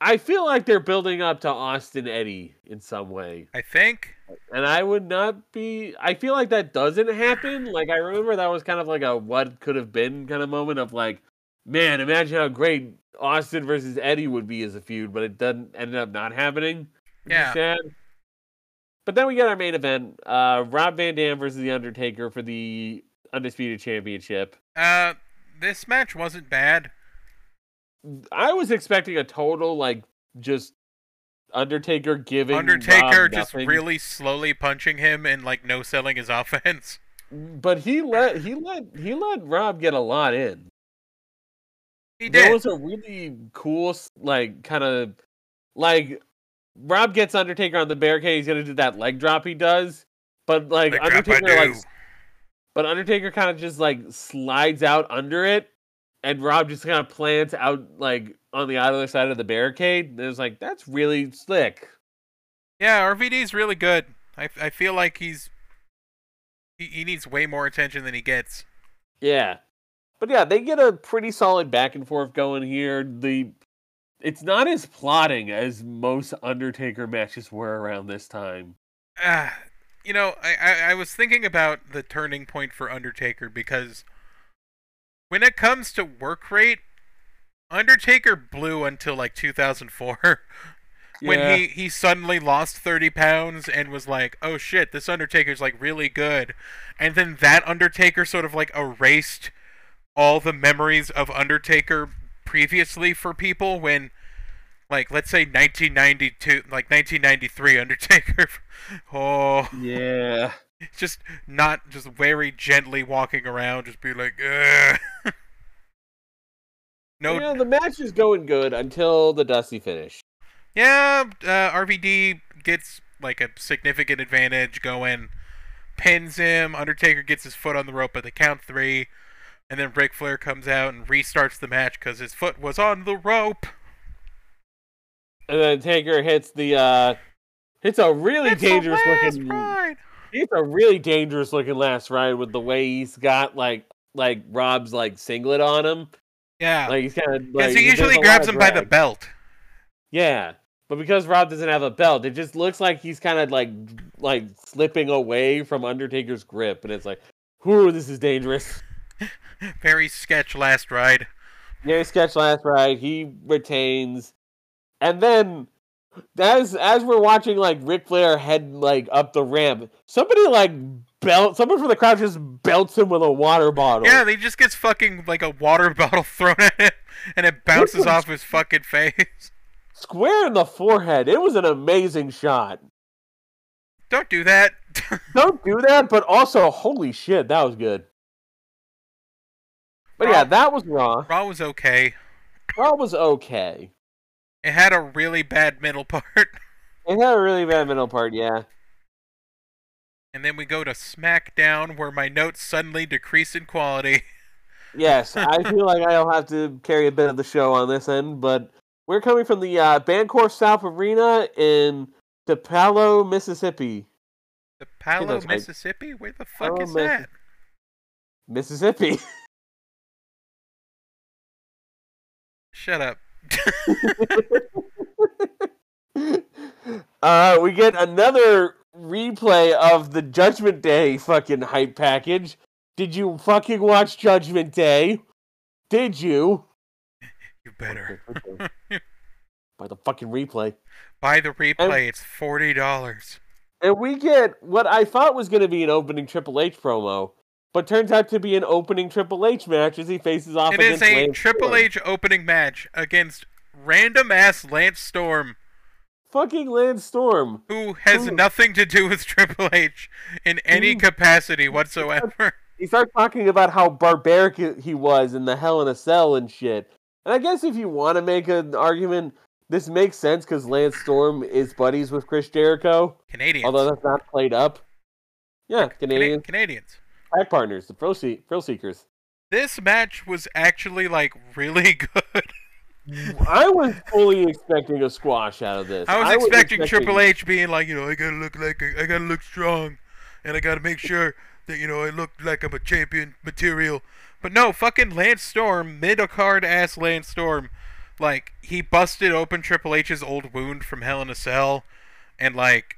I feel like they're building up to Austin Eddie in some way,
I think.
and I would not be. I feel like that doesn't happen. Like I remember that was kind of like a what could have been kind of moment of like, man, imagine how great Austin versus Eddie would be as a feud, but it doesn't ended up not happening. which is
Yeah.
sad. But then we get our main event: uh, Rob Van Dam versus The Undertaker for the undisputed championship.
Uh, this match wasn't bad.
I was expecting a total like just Undertaker giving
Undertaker
Rob
just
nothing,
really slowly punching him and like no selling his offense.
but he let he let he let Rob get a lot in.
He
there
did.
was a really cool s- like kind of like Rob gets Undertaker on the barricade. He's gonna do that leg drop he does, but like
Like, crap, I
Undertaker like,
do.
s- but Undertaker kind of just like slides out under it, and Rob just kind of plants out like on the other side of the barricade. And it was like that's really slick.
Yeah, RVD's really good. I, I feel like he's he, he needs way more attention than he gets.
Yeah. But yeah, they get a pretty solid back and forth going here. The it's not as plotting as most Undertaker matches were around this time.
Uh, you know, I, I, I was thinking about the turning point for Undertaker because when it comes to work rate, Undertaker blew until like 2004 when
Yeah.
he, he suddenly lost 30 pounds and was like, oh shit, this Undertaker's like really good. And then that Undertaker sort of like erased all the memories of Undertaker previously for people when like let's say 1992 like 1993 undertaker oh
Yeah.
just not just very gently walking around just be like "Ugh." no
Yeah, the match is going good until the dusty finish.
Yeah, uh, RVD gets like a significant advantage going, pins him. Undertaker gets his foot on the rope at the count three, and then Ric Flair comes out and restarts the match because his foot was on the rope.
And then Taker hits the uh hits a really
It's the
dangerous
last
looking
ride.
It's a really dangerous looking last ride with the way he's got like like Rob's like singlet on him.
Yeah,
Like he's kind of
because
like
he
does a
usually
lot
grabs
of
him by the
drag.
belt.
Yeah, but because Rob doesn't have a belt, it just looks like he's kind of like like slipping away from Undertaker's grip, and it's like, whoo, this is dangerous.
Very sketch last ride.
Gary sketch last ride. He retains, and then as as we're watching like Ric Flair head like up the ramp, somebody like belt someone from the crowd just belts him with a water bottle.
Yeah, he just gets fucking like a water bottle thrown at him, and it bounces
was-
off his fucking face.
square in the forehead. It was an amazing shot.
Don't do that.
Don't do that, but also, holy shit, that was good. But yeah,
Raw-
that was Raw.
Raw was okay.
Raw was okay.
It had a really bad middle part.
It had a really bad middle part, yeah.
And then we go to SmackDown, where my notes suddenly decrease in quality.
Yes, I feel like I'll have to carry a bit of the show on this end, but we're coming from the uh, Bancorp South Arena in DePalo, Mississippi.
The Palo,
that's right.
Mississippi? Where the fuck
Palo,
is that?
Mississippi.
Shut up.
uh, we get another replay of the Judgment Day fucking hype package. Did you fucking watch Judgment Day? Did you?
You better.
By the fucking replay.
Buy the
Oh.
replay, it's $40.
And we get what I thought was going to be an opening Triple H promo, but turns out to be an opening Triple H match as he faces off
It is
against
a
Lance
Triple
Storm.
H opening match against random ass Lance Storm,
Fucking Lance Storm.
who has
Ooh.
nothing to do with Triple H in any
Ooh.
capacity whatsoever.
he starts talking about how barbaric he- he was in the Hell in a Cell and shit. And I guess if you want to make an argument, this makes sense because Lance Storm is buddies with Chris Jericho,
Canadians.
although that's not played up. Yeah,
Cana-
Canadian
Canadians.
tag partners, the thrill, see- thrill seekers.
This match was actually like really good.
I was fully expecting a squash out of this.
I was expecting Triple H being like, you know, I gotta look like I gotta look strong, and I gotta make sure that you know I look like I'm a champion material. But no, fucking Lance Storm, mid card ass Lance Storm, like he busted open Triple H's old wound from Hell in a Cell, and like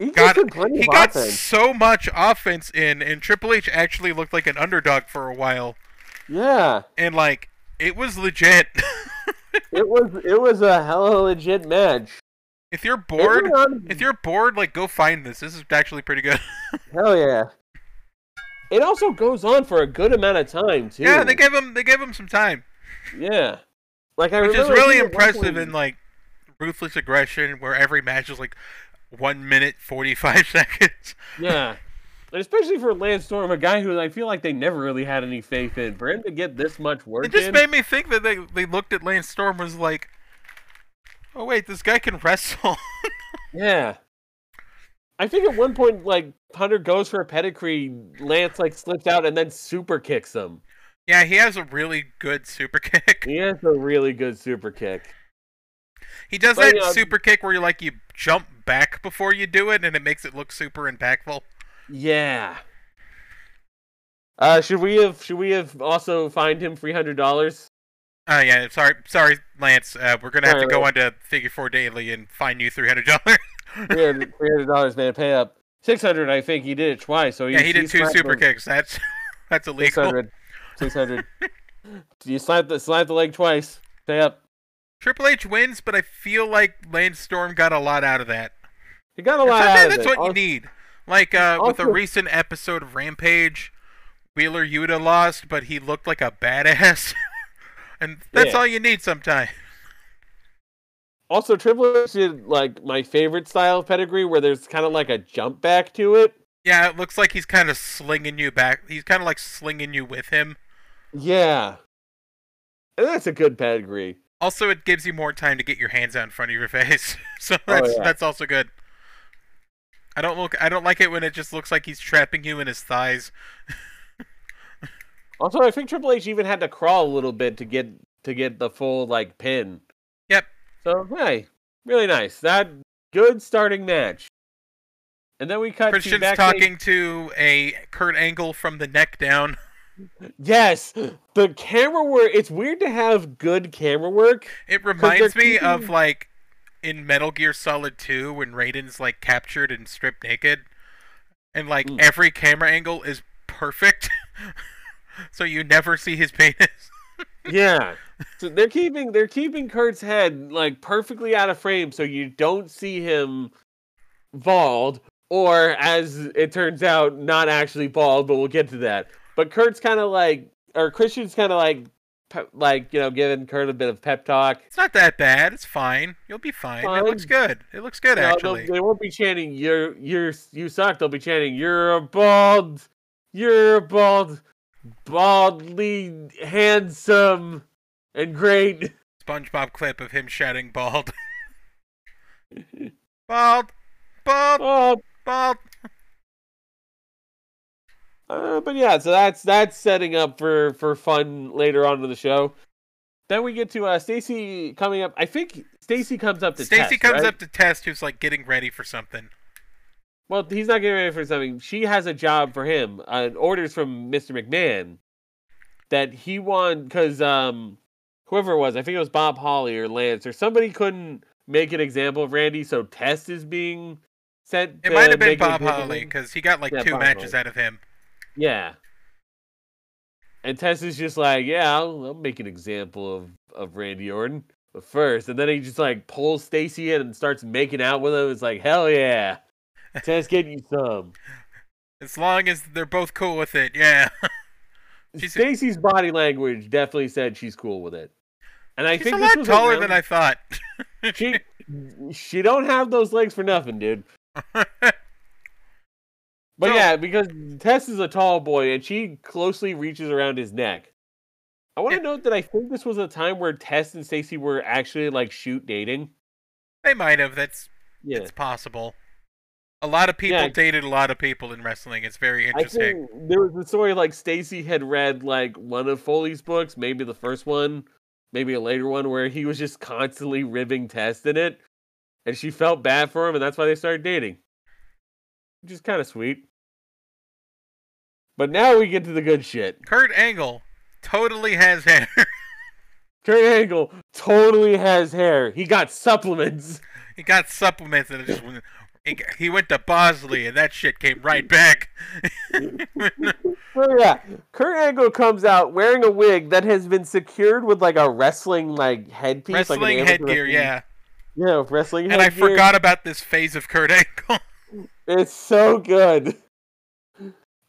He
got
did plenty
he
of
got
offense.
so much offense in, and Triple H actually looked like an underdog for a while,
Yeah,
and like it was legit.
it was it was a hell of a legit match.
if you're bored,
Everyone-
if you're bored, like go find this. This is actually pretty good.
hell yeah. It also goes on for a good amount of time too.
yeah, they gave him they gave him some time,
yeah. Like I
which is
remember
really
he at one
impressive
point-
in like ruthless aggression, where every match is like one minute forty five seconds.
Yeah. And especially for Lance Storm, a guy who I feel like they never really had any faith in. For him to get this much work
It just
in,
made me think that they they looked at Lance Storm was like, oh wait, this guy can wrestle.
yeah. I think at one point, like Hunter goes for a pedigree, Lance like slips out and then super kicks him.
yeah, he has a really good super kick.
He has a really good super kick.
He does
But,
that
yeah.
super kick where you like you jump back before you do it, and it makes it look super impactful.
Yeah. Uh, should we have should we have also fined him three hundred dollars?
Oh yeah, sorry, sorry, Lance. Uh, we're gonna have to
Alright.
go on to Figure Four Daily and find you three hundred dollars.
Three hundred dollars, man. Pay up. Six hundred, I think he did it twice. So
Yeah,
he's-
he did
he's
two
fine
super
for-
kicks. That's that's illegal.
600. 600. you slap the slap the leg twice. Stay up.
Triple H wins, but I feel like Lance Storm got a lot out of that.
You got a
And
lot
sometimes
out of
that's
it.
what
Also-
you need. Like uh, with a
also-
recent episode of Rampage, Wheeler Yuta lost, but he looked like a badass, and that's
Yeah.
all you need sometimes.
Also, Triple H did like my favorite style of pedigree, where there's kind of like a jump back to it.
Yeah, it looks like he's kind of slinging you back. He's kind of like slinging you with him.
Yeah, and that's a good pedigree.
Also, it gives you more time to get your hands out in front of your face, so that's
yeah.
that's also good. I don't look. I don't like it when it just looks like he's trapping you in his thighs.
Also, I think Triple H even had to crawl a little bit to get to get the full like pin.
Yep.
So hey, really nice. That good starting match. And then we cut to
Christian's
backstage-
talking to a Kurt Angle from the neck down.
Yes, the camera work. It's weird to have good camera work.
It reminds me
keeping-
of like in Metal Gear Solid 2 when Raiden's like captured and stripped naked, and like
Mm.
every camera angle is perfect, so you never see his penis.
Yeah. So they're keeping they're keeping Kurt's head like perfectly out of frame, so you don't see him bald, or as it turns out, not actually bald. But we'll get to that. But Kurt's kind of like, or Christian's kind of like, pe- like you know, giving Kurt a bit of pep talk.
It's not that bad. It's fine. You'll be fine. It
Fine.
looks good. It looks good
You know, they'll-
actually.
they won't be chanting "you're you're you suck." They'll be chanting "you're bald, you're bald, baldly handsome, and great."
SpongeBob clip of him shouting bald. bald. Bald.
Oh,
Bald.
Uh, but yeah, so that's that's setting up for for fun later on in the show. Then we get to uh, Stacy coming up. I think Stacy comes up to
Stacy
test,
comes
right?
up to test who's like getting ready for something.
Well, he's not getting ready for something. She has a job for him. Uh, orders from Mr. McMahon that he won because um, whoever it was, I think it was Bob Holly or Lance or somebody couldn't make an example of Randy, so Test is being sent.
It
to
might have been
make an
Bob
example of
Holly
him.
because he got like
Yeah,
two
Bob
matches
Holly.
out of him.
Yeah. And Tess is just like, yeah, I'll, I'll make an example of, of Randy Orton. But first, and then he just like pulls Stacy in and starts making out with him. It's like, hell yeah. Tess getting you some.
As long as they're both cool with it, yeah. She's a-
Stacy's body language definitely said she's cool with it. And I
She's
think
a
this
lot
was
taller
around-
than I thought.
she she don't have those legs for nothing, dude. But
So-
yeah, because Tess is a tall boy and she closely reaches around his neck. I want to
Yeah.
note that I think this was a time where Tess and Stacy were actually like shoot dating.
they might have. That's
Yeah.
it's possible. A lot of people
Yeah.
dated a lot of people in wrestling. It's very
I
interesting.
think there was a story like Stacy had read like one of Foley's books, maybe the first one, maybe a later one, where he was just constantly ribbing Tess in it, and she felt bad for him, and that's why they started dating, which is kind of sweet. But now we get to the good shit.
Kurt Angle totally has hair.
Kurt Angle totally has hair. He got supplements.
he got supplements and it just went, he got- he went to Bosley and that shit came right back.
So yeah, Kurt Angle comes out wearing a wig that has been secured with like a wrestling like headpiece, like
wrestling
an amateur
headgear,
wrestling-
yeah.
yeah, wrestling.
And I
headgear.
forgot about this phase of Kurt Angle.
It's so good.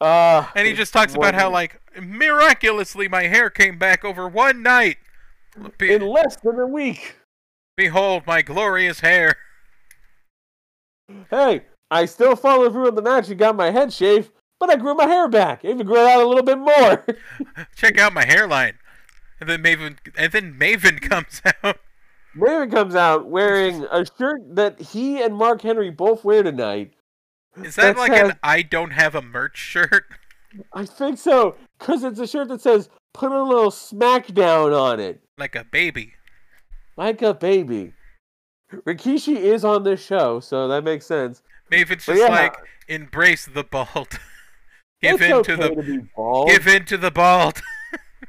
Uh,
And he just talks about how like miraculously my hair came back over one night. Be-
in less than a week.
behold my glorious hair.
Hey, I still followed through on the match and got my head shaved, but I grew my hair back. Even grew it out a little bit more.
Check out my hairline. And then Maven and then Maven comes out.
Raven comes out wearing a shirt that he and Mark Henry both wear tonight.
Is that
That
like
says-
an I don't have a merch shirt?
I think so, because it's a shirt that says "Put a little smackdown" on it,
Like a baby.
like a baby. Rikishi is on this show, so that makes sense.
Maven's
But
just
yeah.
like embrace the bald. give
it's
in
okay
to the
to be bald.
give in to the bald.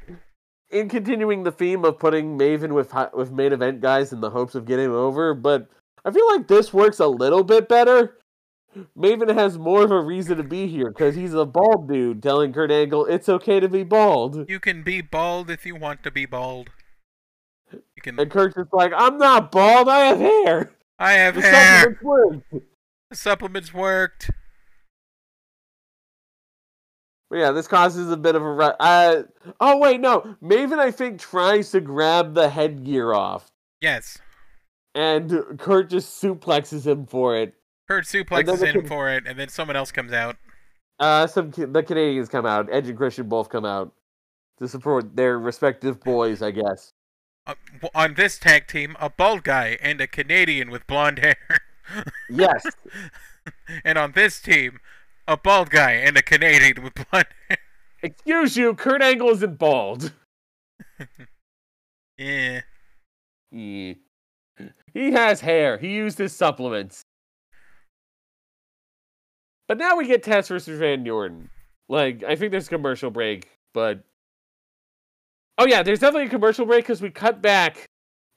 in continuing the theme of putting Maven with hi- with main event guys in the hopes of getting him over, but I feel like this works a little bit better. Maven has more of a reason to be here because he's a bald dude telling Kurt Angle it's okay to be bald,
You can be bald if you want to be bald. You can
and Kurt's just like, "I'm not bald, I have hair."
I have
The
hair.
supplements work.
The supplements worked.
But yeah, this causes a bit of a ru- uh, oh wait, no, Maven I think tries to grab the headgear off,
Yes.
and Kurt just suplexes him for it.
Kurt
then
suplexes
they
in
can-
for it and then someone else comes out.
Uh, some Ca- the Canadians come out. Edge and Christian both come out to support their respective boys, I guess.
Uh, w- on this tag team, a bald guy and a Canadian with blonde hair.
Yes,
And on this team, a bald guy and a Canadian with blonde hair.
excuse you, Kurt Angle isn't bald.
Yeah.
He has hair. He used his supplements. But now we get Tess versus Van Jordan. Like, I think there's a commercial break, but oh yeah, there's definitely a commercial break because we cut back,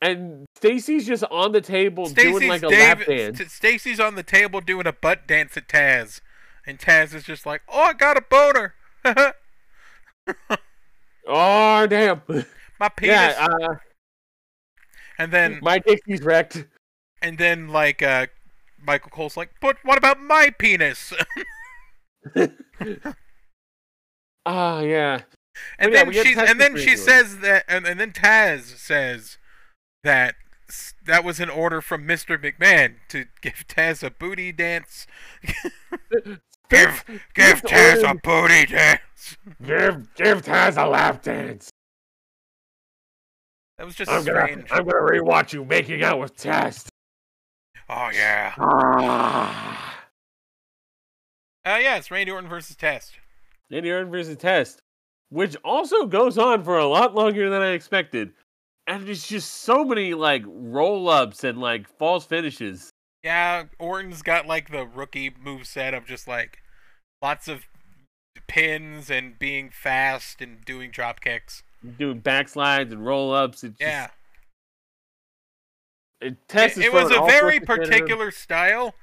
and Stacy's just on the table doing like a lap
Dave-
dance.
St- Stacy's on the table doing a butt dance at Taz, and Taz is just like, "Oh, I got a boner. My
Oh damn!
penis."
yeah, uh,
and then,
my dickie's wrecked.
and then like uh, Michael Cole's like, "But what about my penis?"
Ah, yeah.
and
yeah,
then
we get
she's,
Taz
and then
to
she
preview it.
says that, and, and then Taz says that s- that was an order from Mr. McMahon to give Taz a booty dance. give give
Mr.
Taz a
Orton.
booty dance.
Give, give Taz a lap dance.
That was just strange.
I'm gonna rewatch you making out with Taz.
Oh yeah.
Ah.
Uh, yeah, it's Randy Orton versus Test.
Randy Orton versus Test, which also goes on for a lot longer than I expected, and it's just so many like roll ups and like false finishes.
Yeah, Orton's got like the rookie moveset of just like lots of pins and being fast and doing drop kicks.
Doing backslides and roll ups. It just,
Yeah.
It,
It,
Test is
it was
throwing
a
all
very
sorts of shit at him.
particular style,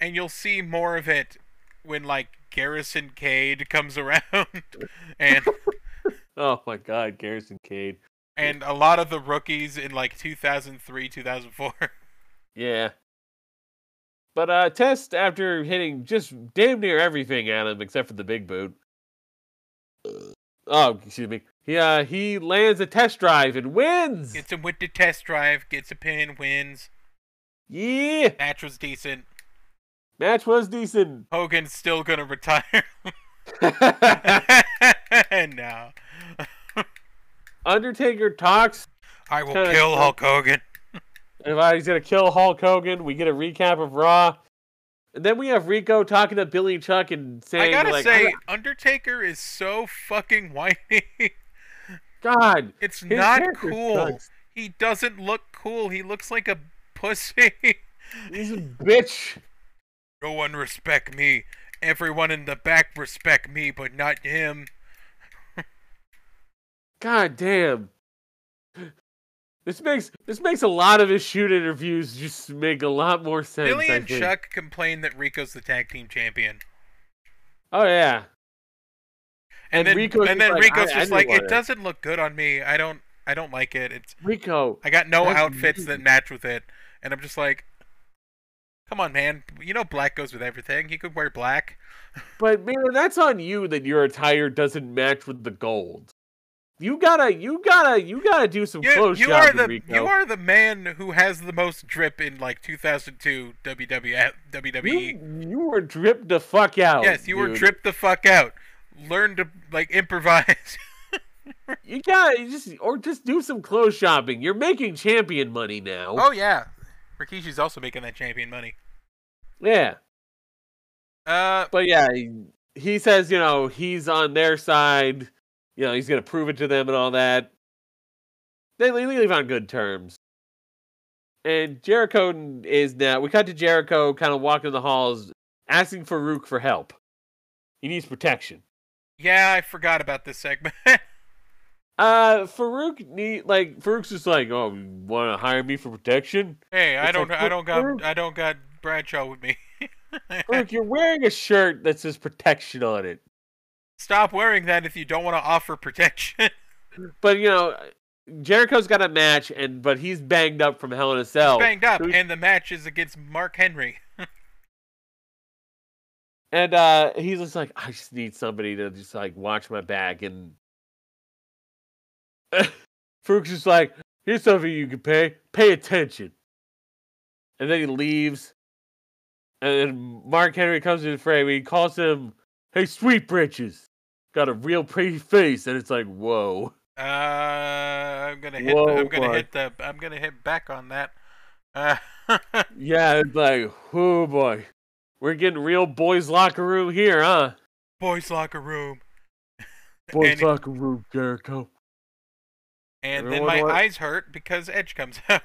and you'll see more of it when like Garrison Cade comes around and
Oh my god, Garrison Cade.
and a lot of the rookies in like 2003, 2004.
Yeah. But uh Test after hitting just damn near everything at him except for the big boot. Oh, excuse me. He uh he lands a test drive and wins.
Gets him with the test drive, gets a pin, wins.
yeah.
Match was decent.
Match was decent.
Hogan's still gonna retire. no.
Undertaker talks
I will
Kinda
kill
like-
Hulk Hogan.
about he's gonna kill Hulk Hogan. We get a recap of Raw. And then we have Rico talking to Billy Chuck and
I
saying,
gotta
like,
say,
"I'm
Undertaker is so fucking whiny.
not- "Oh God,
it's
his
not
character
cool.
sucks.
He doesn't look cool. He looks like a pussy.
He's a bitch.
no one respect me. Everyone in the back respect me, but not him.
God damn. This makes this makes a lot of his shoot interviews just make a lot more sense.
Billy
I
and
think.
Chuck complain that Rico's the tag team champion.
Oh yeah.
And, then
Rico's
and
just
then
like,
Rico's
"I- I
just
knew
like,
what
it doesn't look good on me. I don't I don't like it. It's
Rico.
I got no
That's
outfits that
mean.
match with it. And I'm just like Come on, man. You know black goes with everything. You could wear black.
But man, that's on you that your attire doesn't match with the gold. You gotta you gotta you gotta do some
You,
close
you
shopping,
are the
Rico.
you are the man who has the most drip in like 2002 WWF, WWE.
you, you were dripped the fuck out.
E. yes, you were
dude.
dripped the fuck out. Learn to like improvise.
You gotta you just or just do some clothes shopping. You're making champion money now.
oh yeah, Rikishi's also making that champion money.
Yeah.
Uh,
But yeah, he, he says, you know, he's on their side. You know, he's going to prove it to them and all that. They, they leave on good terms. And Jericho is now. We cut to Jericho kind of walking the halls asking Farouk for help. He needs protection.
yeah, I forgot about this segment.
Uh, Farouk need like Farouk's just like, oh, you want to hire me for protection?
hey, I
It's
don't,
like,
I don't got,
"Farouk."
I don't got Bradshaw with me.
Farouk, you're wearing a shirt that says protection on it.
Stop wearing that if you don't want to offer protection.
But you know, Jericho's got a match, and but he's banged up from Hell in a Cell.
Banged up,
Who's-
and the match is against Mark Henry.
And uh he's just like, I just need somebody to just like watch my back and Farouk's just like, here's something you can pay. Pay attention. And then he leaves. And then Mark Henry comes in the frame and he calls him, Hey sweet britches. Got a real pretty face. And it's like, whoa.
Uh, I'm gonna hit.
Whoa,
the, I'm gonna
boy.
hit the. I'm gonna hit back on that. Uh,
Yeah, it's like, oh boy. We're getting real boys locker room here, huh?
boys' locker room.
Boys
And-
locker room, Jericho.
And
Everyone
then my
wa-
eyes hurt because Edge comes out.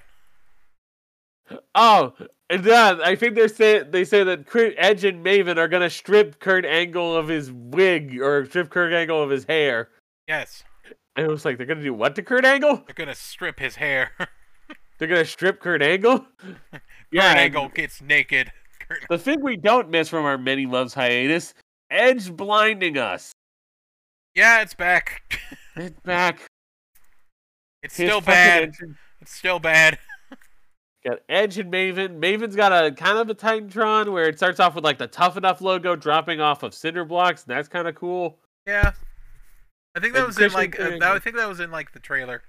Oh, and then I think they say they say that Kurt Edge and Maven are gonna strip Kurt Angle of his wig or strip Kurt Angle of his hair.
yes,
And it was like they're gonna do what to Kurt Angle?
they're gonna strip his hair.
They're gonna strip Kurt Angle?
Kurt
and
Angle gets naked. Kurt-
The thing we don't miss from our many loves hiatus, Edge blinding us.
Yeah, it's back.
It's back.
It's
His
still
fucking
bad.
entrance.
It's still bad.
Got Edge and Maven. Maven's got a kind of a Titantron where it starts off with like the Tough Enough logo dropping off of cinder blocks, and that's kind of cool.
Yeah, I think that
And
was in
Christian
like. Uh,
Kurt
that, I
Angle.
think that was in like the trailer.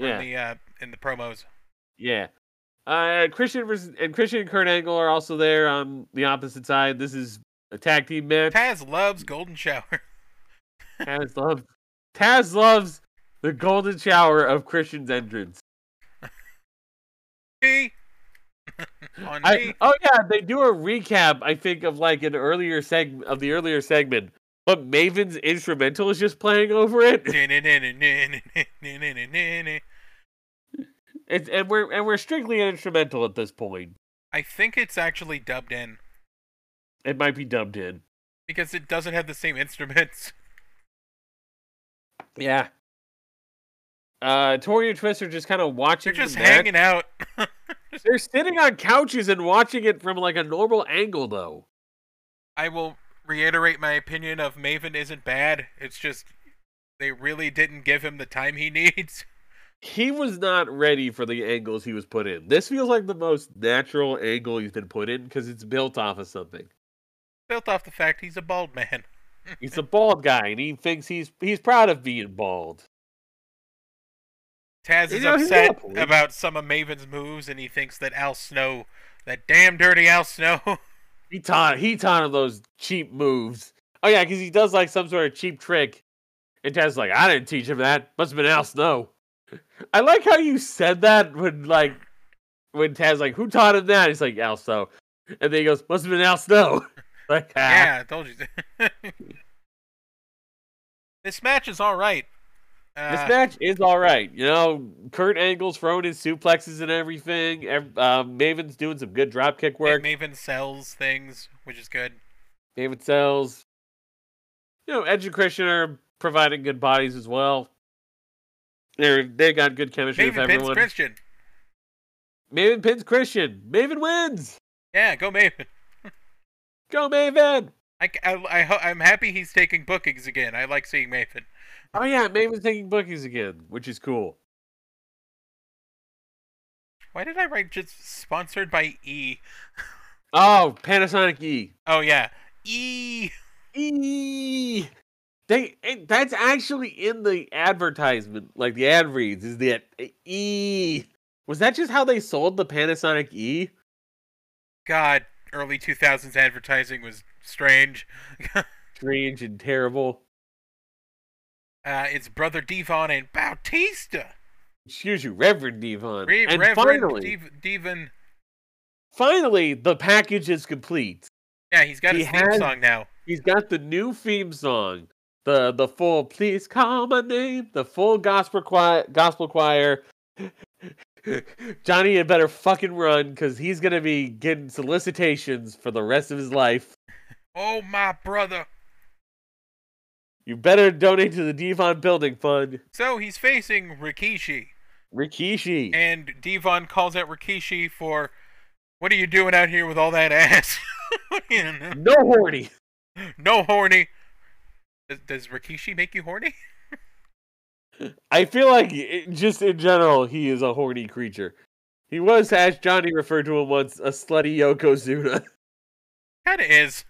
or
Yeah.
The uh, in the promos.
Yeah. Uh, Christian versus, and Christian and Kurt Angle are also there on the opposite side. This is a tag team match.
Taz loves Golden Shower.
Taz loves Taz loves the golden shower of Christian's entrance.
Me. on
I,
me.
oh yeah, they do a recap. I think of like an earlier segment of the earlier segment, but Maven's instrumental is just playing over it.
I
It's, and we're and we're strictly an instrumental at this point.
think it's actually dubbed in
It might be dubbed in.
because it doesn't have the same instruments.
Yeah. Uh, Tori and Twist are just kind of watching.
They're just
the match.
hanging out.
They're sitting on couches and watching it from like a normal angle, though.
I will reiterate my opinion of Maven isn't bad. It's just they really didn't give him the time he needs.
He was not ready for the angles he was put in. This feels like the most natural angle he's been put in because it's built off of something.
Built off the fact he's a bald man.
He's a bald guy and he thinks he's he's proud of being bald.
Taz
You
is
know, he's got a
upset
point.
about some of Maven's moves and he thinks that Al Snow, that damn dirty Al Snow.
He taught he taught him those cheap moves. Oh yeah, because he does like some sort of cheap trick. And Taz's like, I didn't teach him that. Must have been Al Snow. I like how you said that when like when Taz like, who taught him that? He's like, Al Snow. And then he goes, "Must have been Al Snow." like, ah.
Yeah, I told you. this match is all right. Uh,
This match is all right. You know, Kurt Angle's throwing his suplexes and everything. Ev- Uh, Maven's doing some good dropkick
Ma-
work.
Maven sells things, which is good.
Maven sells. You know, Edge and Christian are providing good bodies as well. They're, they got good chemistry with
Maven pins
everyone.
Christian.
Maven pins Christian. Maven wins.
Yeah, go Maven.
Go Maven.
I, c- I, I ho- I'm happy he's taking bookings again. I like seeing Maven.
Oh yeah, Maven's taking bookings again, which is cool.
Why did I write just sponsored by E?
Oh, Panasonic E.
Oh yeah, E.
E. They it, that's actually in the advertisement, like the ad reads is that E. Was that just how they sold the Panasonic E?
God, early 2000s advertising was strange.
Strange and terrible.
Uh, it's brother Devon and Bautista.
Excuse you, Reverend Devon.
Re-
and
Reverend
finally,
Dev- Devon.
finally, the package is complete.
Yeah, he's got
He
his theme
has-
song now.
He's got the new theme song, the the full "Please Call My Name," the full gospel choir. Gospel choir. Johnny had better fucking run because he's gonna be getting solicitations for the rest of his life.
Oh my brother.
You better donate to the Devon Building Fund,
So he's facing Rikishi,
Rikishi.
and Devon calls out Rikishi for, "What are you doing out here with all that ass? You know,
No horny.
no horny." Does, does Rikishi make you horny?
I feel like i- just in general, he is a horny creature. He was, as Johnny referred to him once, a slutty Yokozuna.
Kind of is.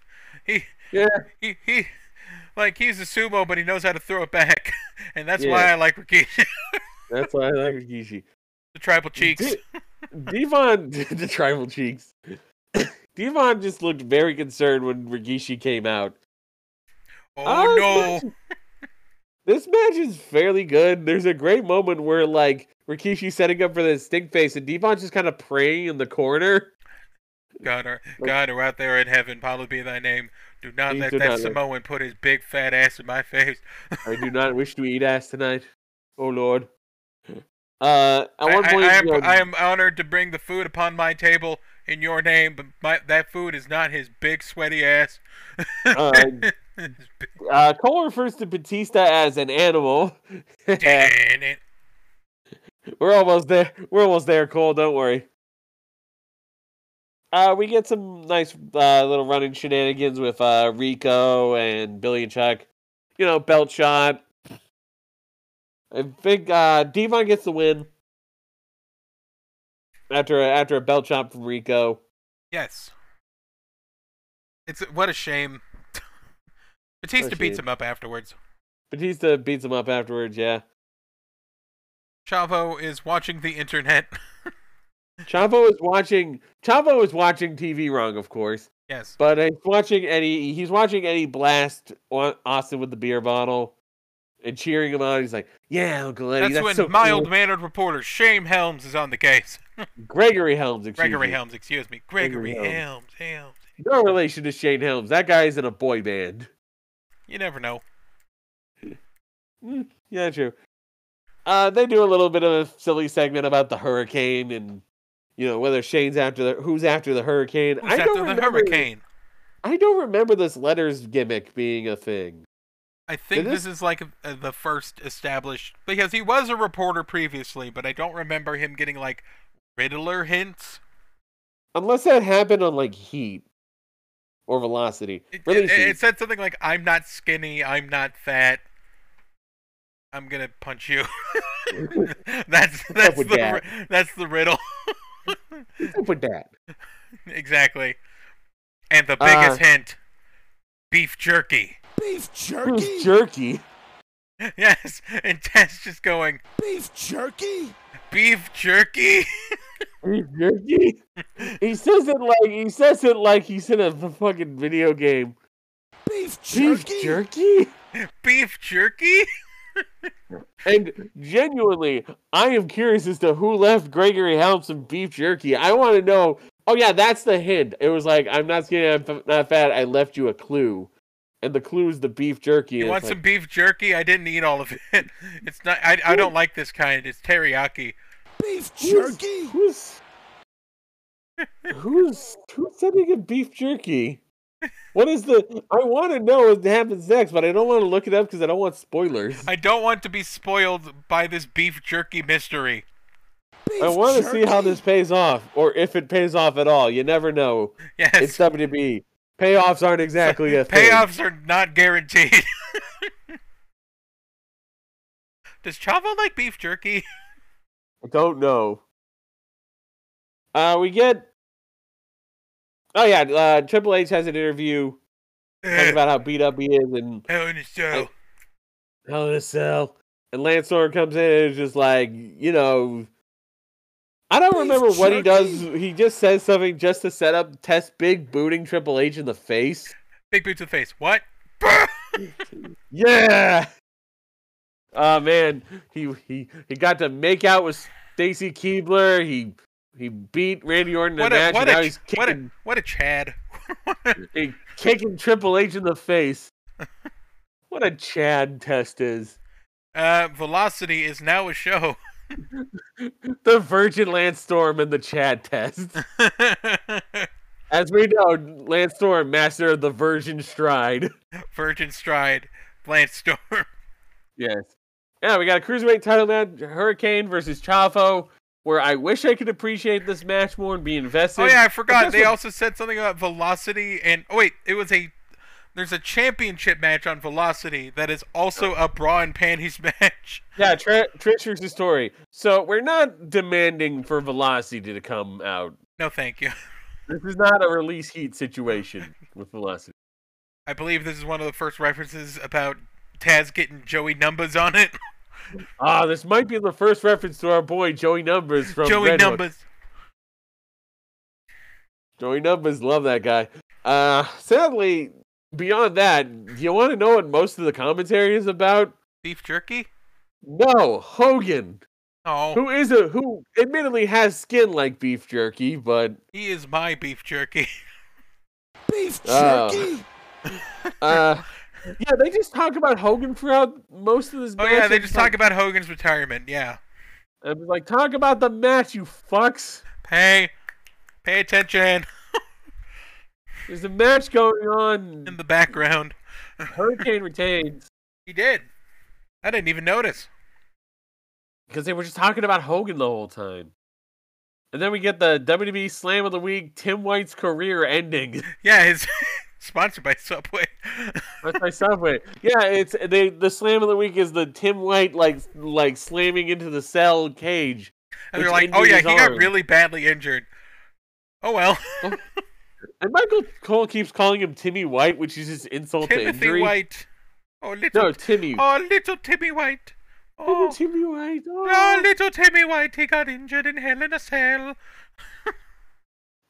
He
Yeah.
he he, like he's a sumo, but he knows how to throw it back, and that's why
Yeah.
I like Rikishi.
That's why I like Rikishi.
the tribal cheeks.
De- Devon, the tribal cheeks. Devon just looked very concerned when Rikishi came out.
Oh no!
this match- This match is fairly good. There's a great moment where like Rikishi's setting up for the stink face, and Devon's just kind of praying in the corner.
God, our, God, who out there in heaven, hallowed be thy name. Do not
Please
let
do
that
not let-
Samoan put his big fat ass in my face.
I do not wish to eat ass tonight. Oh Lord. Uh, at
I,
one
I-
point,
I am,
you know,
I am honored to bring the food upon my table in your name, but my, that food is not his big sweaty ass.
uh, uh, Cole refers to Batista as an animal.
Dang it.
We're almost there. We're almost there, Cole. Don't worry. Uh, we get some nice uh, little running shenanigans with uh, Rico and Billy and Chuck. You know, belt shot. I think uh, Devon gets the win after a, after a belt shot from Rico.
Yes. It's what a shame. Batista
What a
beats
shame.
him up afterwards.
Batista beats him up afterwards. Yeah,
Chavo is watching the internet.
Chavo is watching. Chavo is watching TV wrong, of course.
yes.
But he's watching Eddie. He's watching Eddie blast Au- Austin with the beer bottle and cheering him on. He's like, "Yeah, Uncle
That's,
Eddie, that's,
when
so
mild
cool."
mannered reporter Shane Helms is on the case.
Gregory Helms, excuse
Gregory
me.
Helms, excuse me.
Gregory
Gregory,
Helms.
Helms. Helms.
No relation to Shane Helms. That guy's in a boy band.
You never know.
Mm, yeah, true. Uh, they do a little bit of a silly segment about the hurricane and you know whether Shane's after the who's after the hurricane.
Who's after the hurricane?
I don't remember this letters gimmick being a thing.
I think
Did
this is like uh, the first established because he was a reporter previously, but I don't remember him getting like Riddler hints.
Unless that happened on like Heat or Velocity.
It,
Really,
it-
Heat.
it said something like, "I'm not skinny. I'm not fat. I'm gonna punch you." that's that's the
with that?
ri- that's the riddle
What's up with that?
exactly. And the biggest
Uh,
hint: beef jerky.
Beef jerky?
Beef jerky.
Yes, and Tess just going
Beef jerky?
beef jerky.
Beef jerky. He says it like he says it like he's in a f- fucking video game.
Beef
Beef
jerky?
jerky.
beef jerky.
And genuinely, I am curious as to who left Gregory Helms and beef jerky. I want to know Oh yeah, that's the hint. It was like I'm not skinny, I'm f- not fat. I left you a clue, and the clue is the beef jerky.
You
and
want
it's
some
like,
beef jerky? I didn't eat all of it. It's not. I, I don't like this kind. It's teriyaki.
Beef
Who's-
jerky.
Who's who's who's sending a beef jerky? What is the? I want to know what happens next, but I don't want to look it up because I don't want spoilers.
I don't want to be spoiled by this beef jerky mystery.
Beef
I want to see how
jerky.
this pays off, or if it pays off at all. You never know.
Yes.
It's WB. Payoffs aren't exactly a thing.
Payoffs are not guaranteed. Does Chavo like beef jerky?
I don't know. Uh, we get. Oh yeah, uh, Triple H has an interview
Eh.
talking
Ugh,
about how beat up he is and
Hell in a cell.
Hell in a Cell. And Lance Storm comes in and is just like, you know, I don't
Beef
remember what he does.
jerky.
He just says something just to set up test big booting Triple H in the face.
Big boot to the face. What?
Yeah. Oh man, he he he got to make out with Stacy Keebler. He he beat Randy Orton in a
What a,
match.
what,
and now
a,
he's
what
kicking
a what a Chad.
Hey, kicking Triple H in the face. What a Chad test is.
Uh, Velocity is now a show.
The Virgin Lance Storm and the Chad test. As we know, Lance Storm, master of the Virgin Stride.
Virgin Stride, Lance Storm.
Yes. Yeah, we got a cruiserweight title match, Hurricane versus Chavo, where I wish I could appreciate this match more and be invested.
Oh yeah, I forgot.
guess
They
what-
also said something about Velocity and oh wait, it was a there's a championship match on Velocity that is also a bra and panties match.
Yeah, Tr- Trish versus Story. So we're not demanding for Velocity to come out.
No, thank you.
This is not a release heat situation with Velocity.
I believe this is one of the first references about Taz getting Joey numbers on it.
Ah, this might be the first reference to our boy Joey Numbers from
Joey
Red Hook.
numbers.
Joey Numbers, love that guy. Uh, sadly, beyond that, you want to know what most of the commentary is about?
Beef jerky?
No, Hogan,
Oh,
who is a who admittedly has skin like beef jerky, but
he is my beef jerky.
Beef
Oh.
jerky.
uh, yeah, they just talk about Hogan throughout most of this.
Oh
match.
yeah, they
I'm
just talk about Hogan's retirement. Yeah.
like, I'm like, talk about the match, you fucks.
Pay pay attention
There's a match going on.
in the background.
Hurricane retains
He did. I didn't even notice.
because they were just talking about Hogan the whole time. And then we get the WWE Slam of the Week, Tim White's career ending.
Yeah, it's sponsored by Subway.
That's my subway. Yeah, it's they. The slam of the week is the Tim White like like slamming into the cell cage.
And they're like,
Which
"Oh
injured
yeah,
his
he got
arm."
really badly injured." Oh well.
And Michael Cole keeps calling him Timmy White, which is just insult to
Timothy
injury.
White. Oh little
No, Timmy.
Oh little Timmy White.
Oh,
Oh,
Timmy White.
oh
Oh,
little Timmy White, he got injured in Hell in a Cell.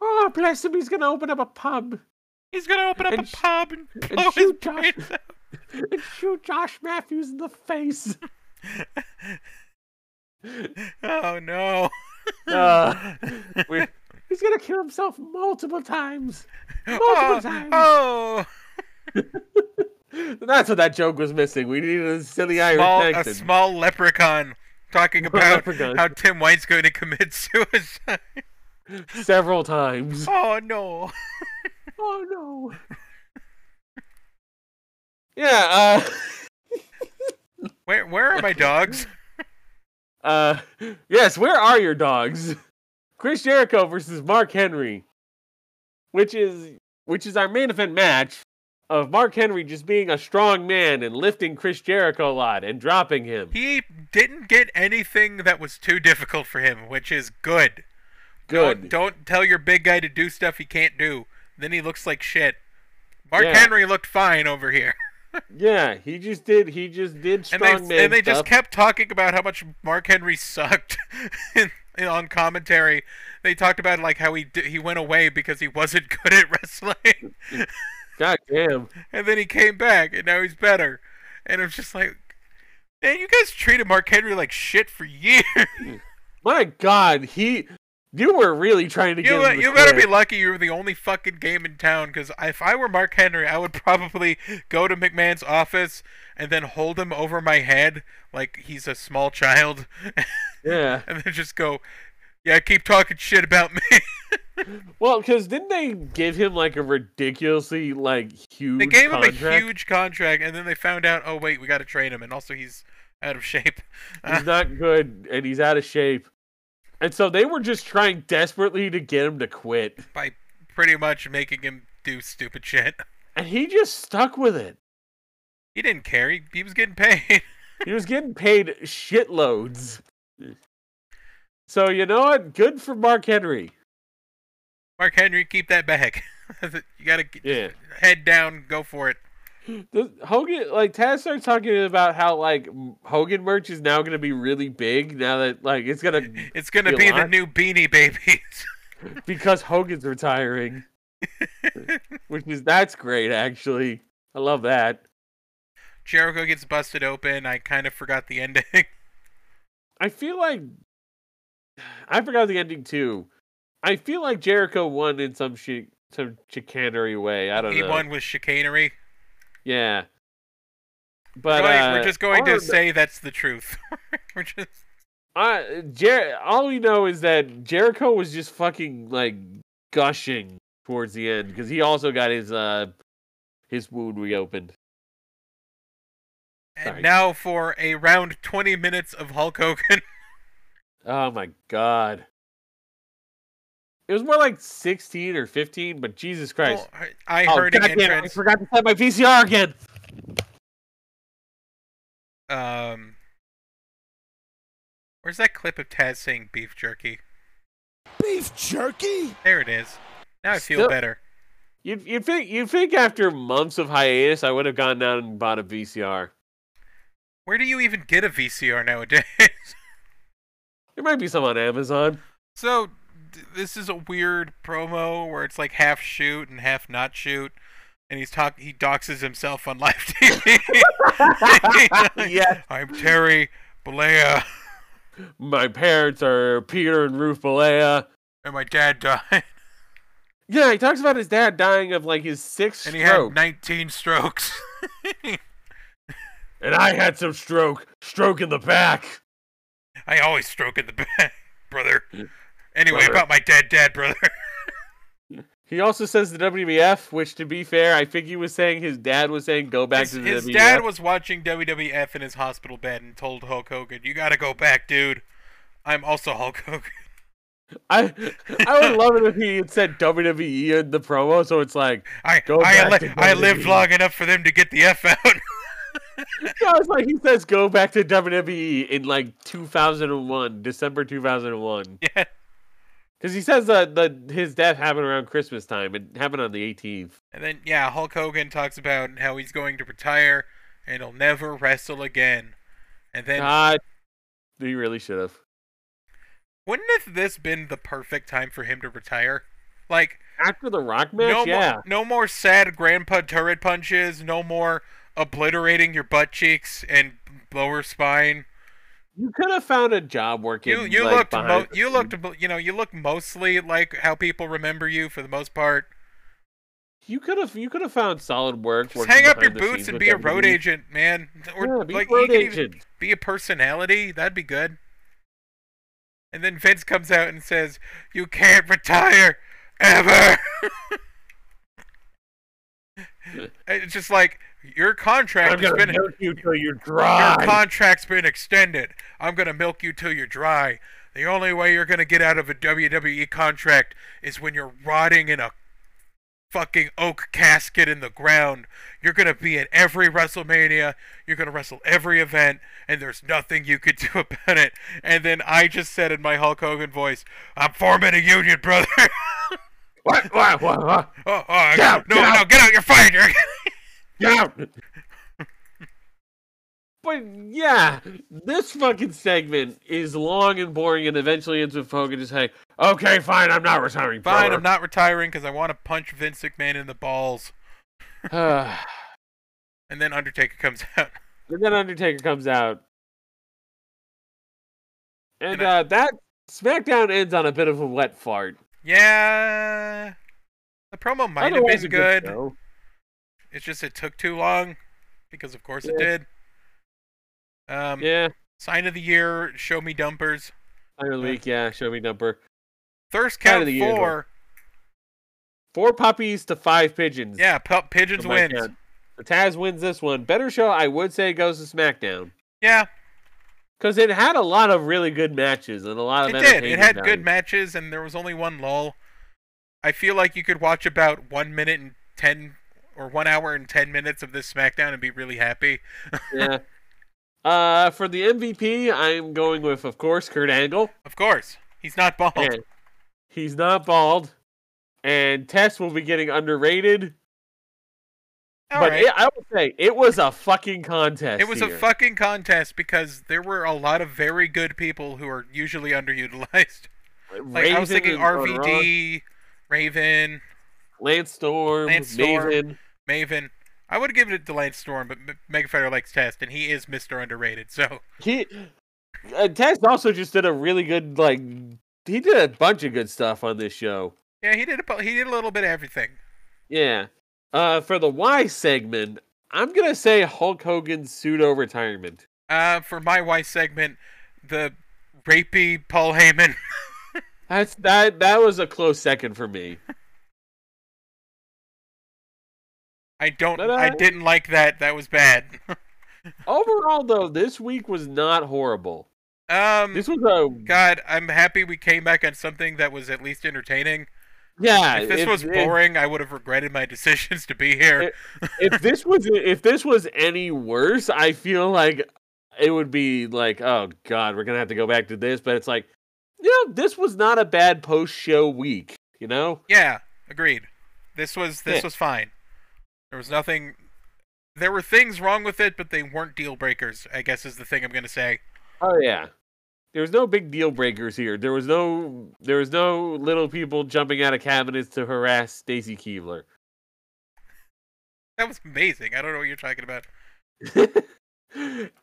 oh, bless him. He's gonna open up a pub
He's gonna open up
And
a
sh-
pub and,
and
blow his
shoot Josh.
brains out.
and shoot Josh Matthews in the face.
Oh no.
Uh, we- he's gonna kill himself multiple times.
oh,
times.
oh.
That's what that joke was missing. We needed a silly Irish
Small, a
accent.
small leprechaun talking
Small
about
leprechaun.
how Tim White's going to commit suicide.
several times.
oh no.
Oh no. yeah,
Where where are my dogs?
uh uh yes, where are your dogs? Chris Jericho versus Mark Henry. Which is which is our main event match of Mark Henry just being a strong man and lifting Chris Jericho a lot and dropping him.
He didn't get anything that was too difficult for him, which is good. Don't,
Good.
don't tell your big guy to do stuff he can't do. Then he looks like shit. Mark
Yeah.
Henry looked fine over here.
Yeah, he just did he just did
and
strong
they
man
and they just
stuff.
kept talking about how much Mark Henry sucked in, in, on commentary. They talked about like how he d- he went away because he wasn't good at wrestling,
God damn.
and then he came back and now he's better. And I'm just like, man, you guys treated Mark Henry like shit for years.
My God, he You were really trying to
You,
get.
be-
him to
you better be
quit.
lucky you were the only fucking game in town, because if I were Mark Henry, I would probably go to McMahon's office and then hold him over my head like he's a small child,
Yeah.
and then just go, yeah, keep talking shit about me.
Well, because didn't they give him like a ridiculously like huge?
they gave
contract?
him a huge contract, and then they found out, oh, wait, we got to train him, and also he's out of shape.
He's not good, and he's out of shape. And so they were just trying desperately to get him to quit,
by pretty much making him do stupid shit.
and he just stuck with it.
He didn't care. He, he was getting paid.
He was getting paid shitloads. So you know what? Good for Mark Henry.
Mark Henry, keep that back. you gotta get,
Yeah.
head down, go for it.
Does- Hogan, like Taz starts talking about how like m- Hogan merch is now gonna be really big now that like it's gonna
It's gonna
Be
be the
alive?
new Beanie Babies.
because Hogan's retiring, which is that's great actually. I love that.
Jericho gets busted open. I kind of forgot the ending.
I feel like I forgot the ending too. I feel like Jericho won in some shi some chicanery way. I don't
he
know.
won with chicanery.
Yeah. But
Going-
uh,
we're just going to
Arn-
say that's the truth. we're just
I, Jer- all we know is that Jericho was just fucking like gushing towards the end because he also got his uh his wound reopened.
and
Sorry.
now for a round twenty minutes of Hulk Hogan.
Oh my god. It was more like sixteen or fifteen, but Jesus Christ!
Oh, I- I
Oh,
heard an
goddamn it, I
entrance.
forgot to set my VCR again.
Um, where's that clip of Taz saying beef jerky?
Beef jerky?
There it is. Now I feel
Still-
better.
You you think you think after months of hiatus, I would have gone down and bought a VCR.
Where do you even get a VCR nowadays?
There might be some on Amazon.
so d- this is a weird promo where it's like half shoot and half not shoot, and he's talk he doxes himself on live TV.
Yes.
I'm Terry Balea,
My parents are Peter and Ruth Balea.
and my dad died,
Yeah, he talks about his dad dying of like his sixth
and he
stroke,
had 19 strokes.
and I had some stroke, stroke in the back.
I always stroke in the back, brother. Anyway,
Mm. Brother.
about my dead dad, brother.
He also says the WWF, which to be fair, I think he was saying his dad was saying go back
His,
to the E
his
WWF.
dad was watching WWF in his hospital bed and told Hulk Hogan, "You gotta go back, dude. I'm also Hulk Hogan."
I I would love it if he had said WWE in the promo, so it's like
I
Go
I,
back
li-
to
I lived
WWE.
long enough for them to get the f out.
Yeah, it's like he says go back to WWE in like 2001, December 2001.
yeah,
Because he says uh, that the, his death happened around Christmas time. It happened on the 18th.
and then yeah, Hulk Hogan talks about how he's going to retire and he'll never wrestle again. And then
God, he really should have.
wouldn't have this been the perfect time for him to retire? Like
After the Rock match,
no
yeah.
more no more sad grandpa turret punches, no more obliterating your butt cheeks and lower spine.
You could have found a job working.
You you
like,
looked
behind
mo-
the
you
scenes.
looked mo- you know you look mostly like how people remember you for the most part.
You could have. You could have found solid work.
Just
working
hang up your
behind the
boots
scenes
and
with
be a road
WWE.
agent, man. Or
Yeah, be
like
a road
you could even
agent.
be a personality. That'd be good. And then Vince comes out and says, "You can't retire ever." it's just like your contract
I'm
has
gonna
been
milk you till you're
your
dry.
contract's been extended. I'm gonna milk you till you're dry. The only way you're gonna get out of a WWE contract is when you're rotting in a fucking oak casket in the ground. You're gonna be at every WrestleMania. You're gonna wrestle every event, and there's nothing you could do about it. And then I just said in my Hulk Hogan voice, "I'm forming a union, brother." oh,
what? What? What? What?
oh, I-
Get out,
no,
get out.
no, get out! You're fired. You're-
down. but yeah, this fucking segment is long and boring, and eventually ends with Hogan just saying, "Okay, fine, I'm not retiring."
Fine, I'm not retiring because I want to punch Vince McMahon in the balls.
not.
And then Undertaker comes out.
and then Undertaker comes out, and
And I-
uh, that SmackDown ends on a bit of a wet fart.
Yeah. The promo might have
Otherwise,
been
a
good.
show.
it's just it took too long, because of course it
Yeah.
did. Um,
Yeah,
sign of the year, show me dumpers.
Iron
Yeah.
League. Yeah, show me number
Thirst
Sign of
count
the year,
four.
four puppies to five pigeons.
Yeah, pup pigeons
on my
wins.
count. The Taz wins this one. Better show, I would say, goes to SmackDown
Yeah,
because it had a lot of really good matches and a lot of
it did. It
entertainment
had good
value.
matches, and there was only one lull. I feel like you could watch about one minute and ten, or one hour and ten minutes of this SmackDown and be really happy.
yeah. Uh, for the MVP, I'm going with, of course, Kurt Angle.
Of course, he's not bald.
And he's not bald, and Tess will be getting underrated.
All
but
right.
it, I would say it was a fucking contest.
It was a
here.
fucking contest because there were a lot of very good people who are usually underutilized. Like I was
Raven
thinking
and- on Raw,
RVD, Raven,
Lance Storm,
Lance Storm.
Maven.
Maven. I would have given it to Lance Storm, but M- Mega Fighter likes Test, and he is Mister Underrated. So
He uh, Tess also just did a really good like he did a bunch of good stuff on this show.
yeah, he did a bu- he did a little bit of everything.
Yeah. Uh, for the Y segment, I'm gonna say Hulk Hogan's pseudo retirement.
Uh, for my Y segment, the rapey Paul Heyman.
That's that. That was a close second for me.
I don't.
But, uh,
I didn't like that. That was bad.
Overall, though, this week was not horrible.
um,
This was a
God, I'm happy we came back on something that was at least entertaining.
yeah.
If this was
if-
boring, I would have regretted my decisions to be here.
It- if this was if this was any worse, I feel like it would be like, oh god, we're gonna have to go back to this. But it's like, you know, this was not a bad post show week. You know,
yeah, agreed. This was this
Yeah.
was fine. There was nothing. There were things wrong with it, but they weren't deal breakers. I guess is the thing I'm gonna say.
oh yeah, there was no big deal breakers here. There was no there was no little people jumping out of cabinets to harass Stacy Keebler.
That was amazing. I don't know what you're talking about.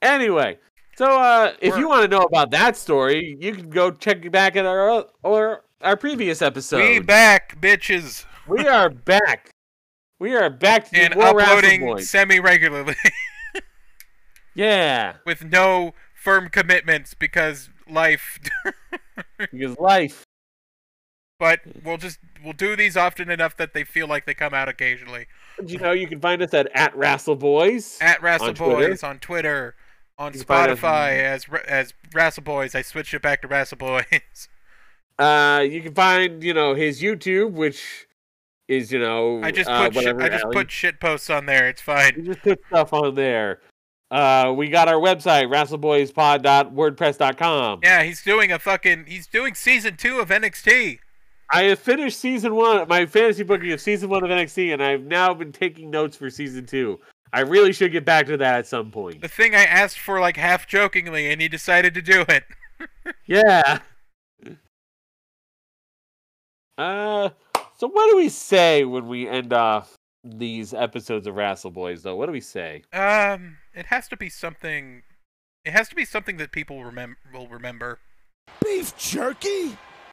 anyway, so uh, if
We're-
you want to know about that story, you can go check back at our o- or our previous episode.
We back, bitches,
We are back. We are back to
and
the Royal Wrestle
uploading
Boys.
semi regularly.
Yeah,
with no firm commitments because life.
because life.
but we'll just we'll do these often enough that they feel like they come out occasionally.
Did you know you can find us at at Wrestle Boys?
At Wrestle
On Twitter.
Boys on Twitter, on
You can find us-
Spotify as as as Wrestle Boys. I switched it back to Wrestle Boys.
Uh, you can find you know his YouTube, which is you know
I just
uh,
put shit,
whatever.
I just
Ally-
put shit posts on there. It's fine.
you just put stuff on there. Uh, we got our website wrestleboyspod.wordpress.com.
Yeah, he's doing a fucking he's doing season two of NXT.
I have finished season one, my fantasy booking of season one of NXT, and I've now been taking notes for season two. I really should get back to that at some point.
The thing I asked for like half jokingly, and he decided to do it.
Yeah. Uh, so what do we say when we end off these episodes of Wrestle Boys? Though, what do we say?
Um, it has to be something. It has to be something that people remem- will remember.
Beef jerky?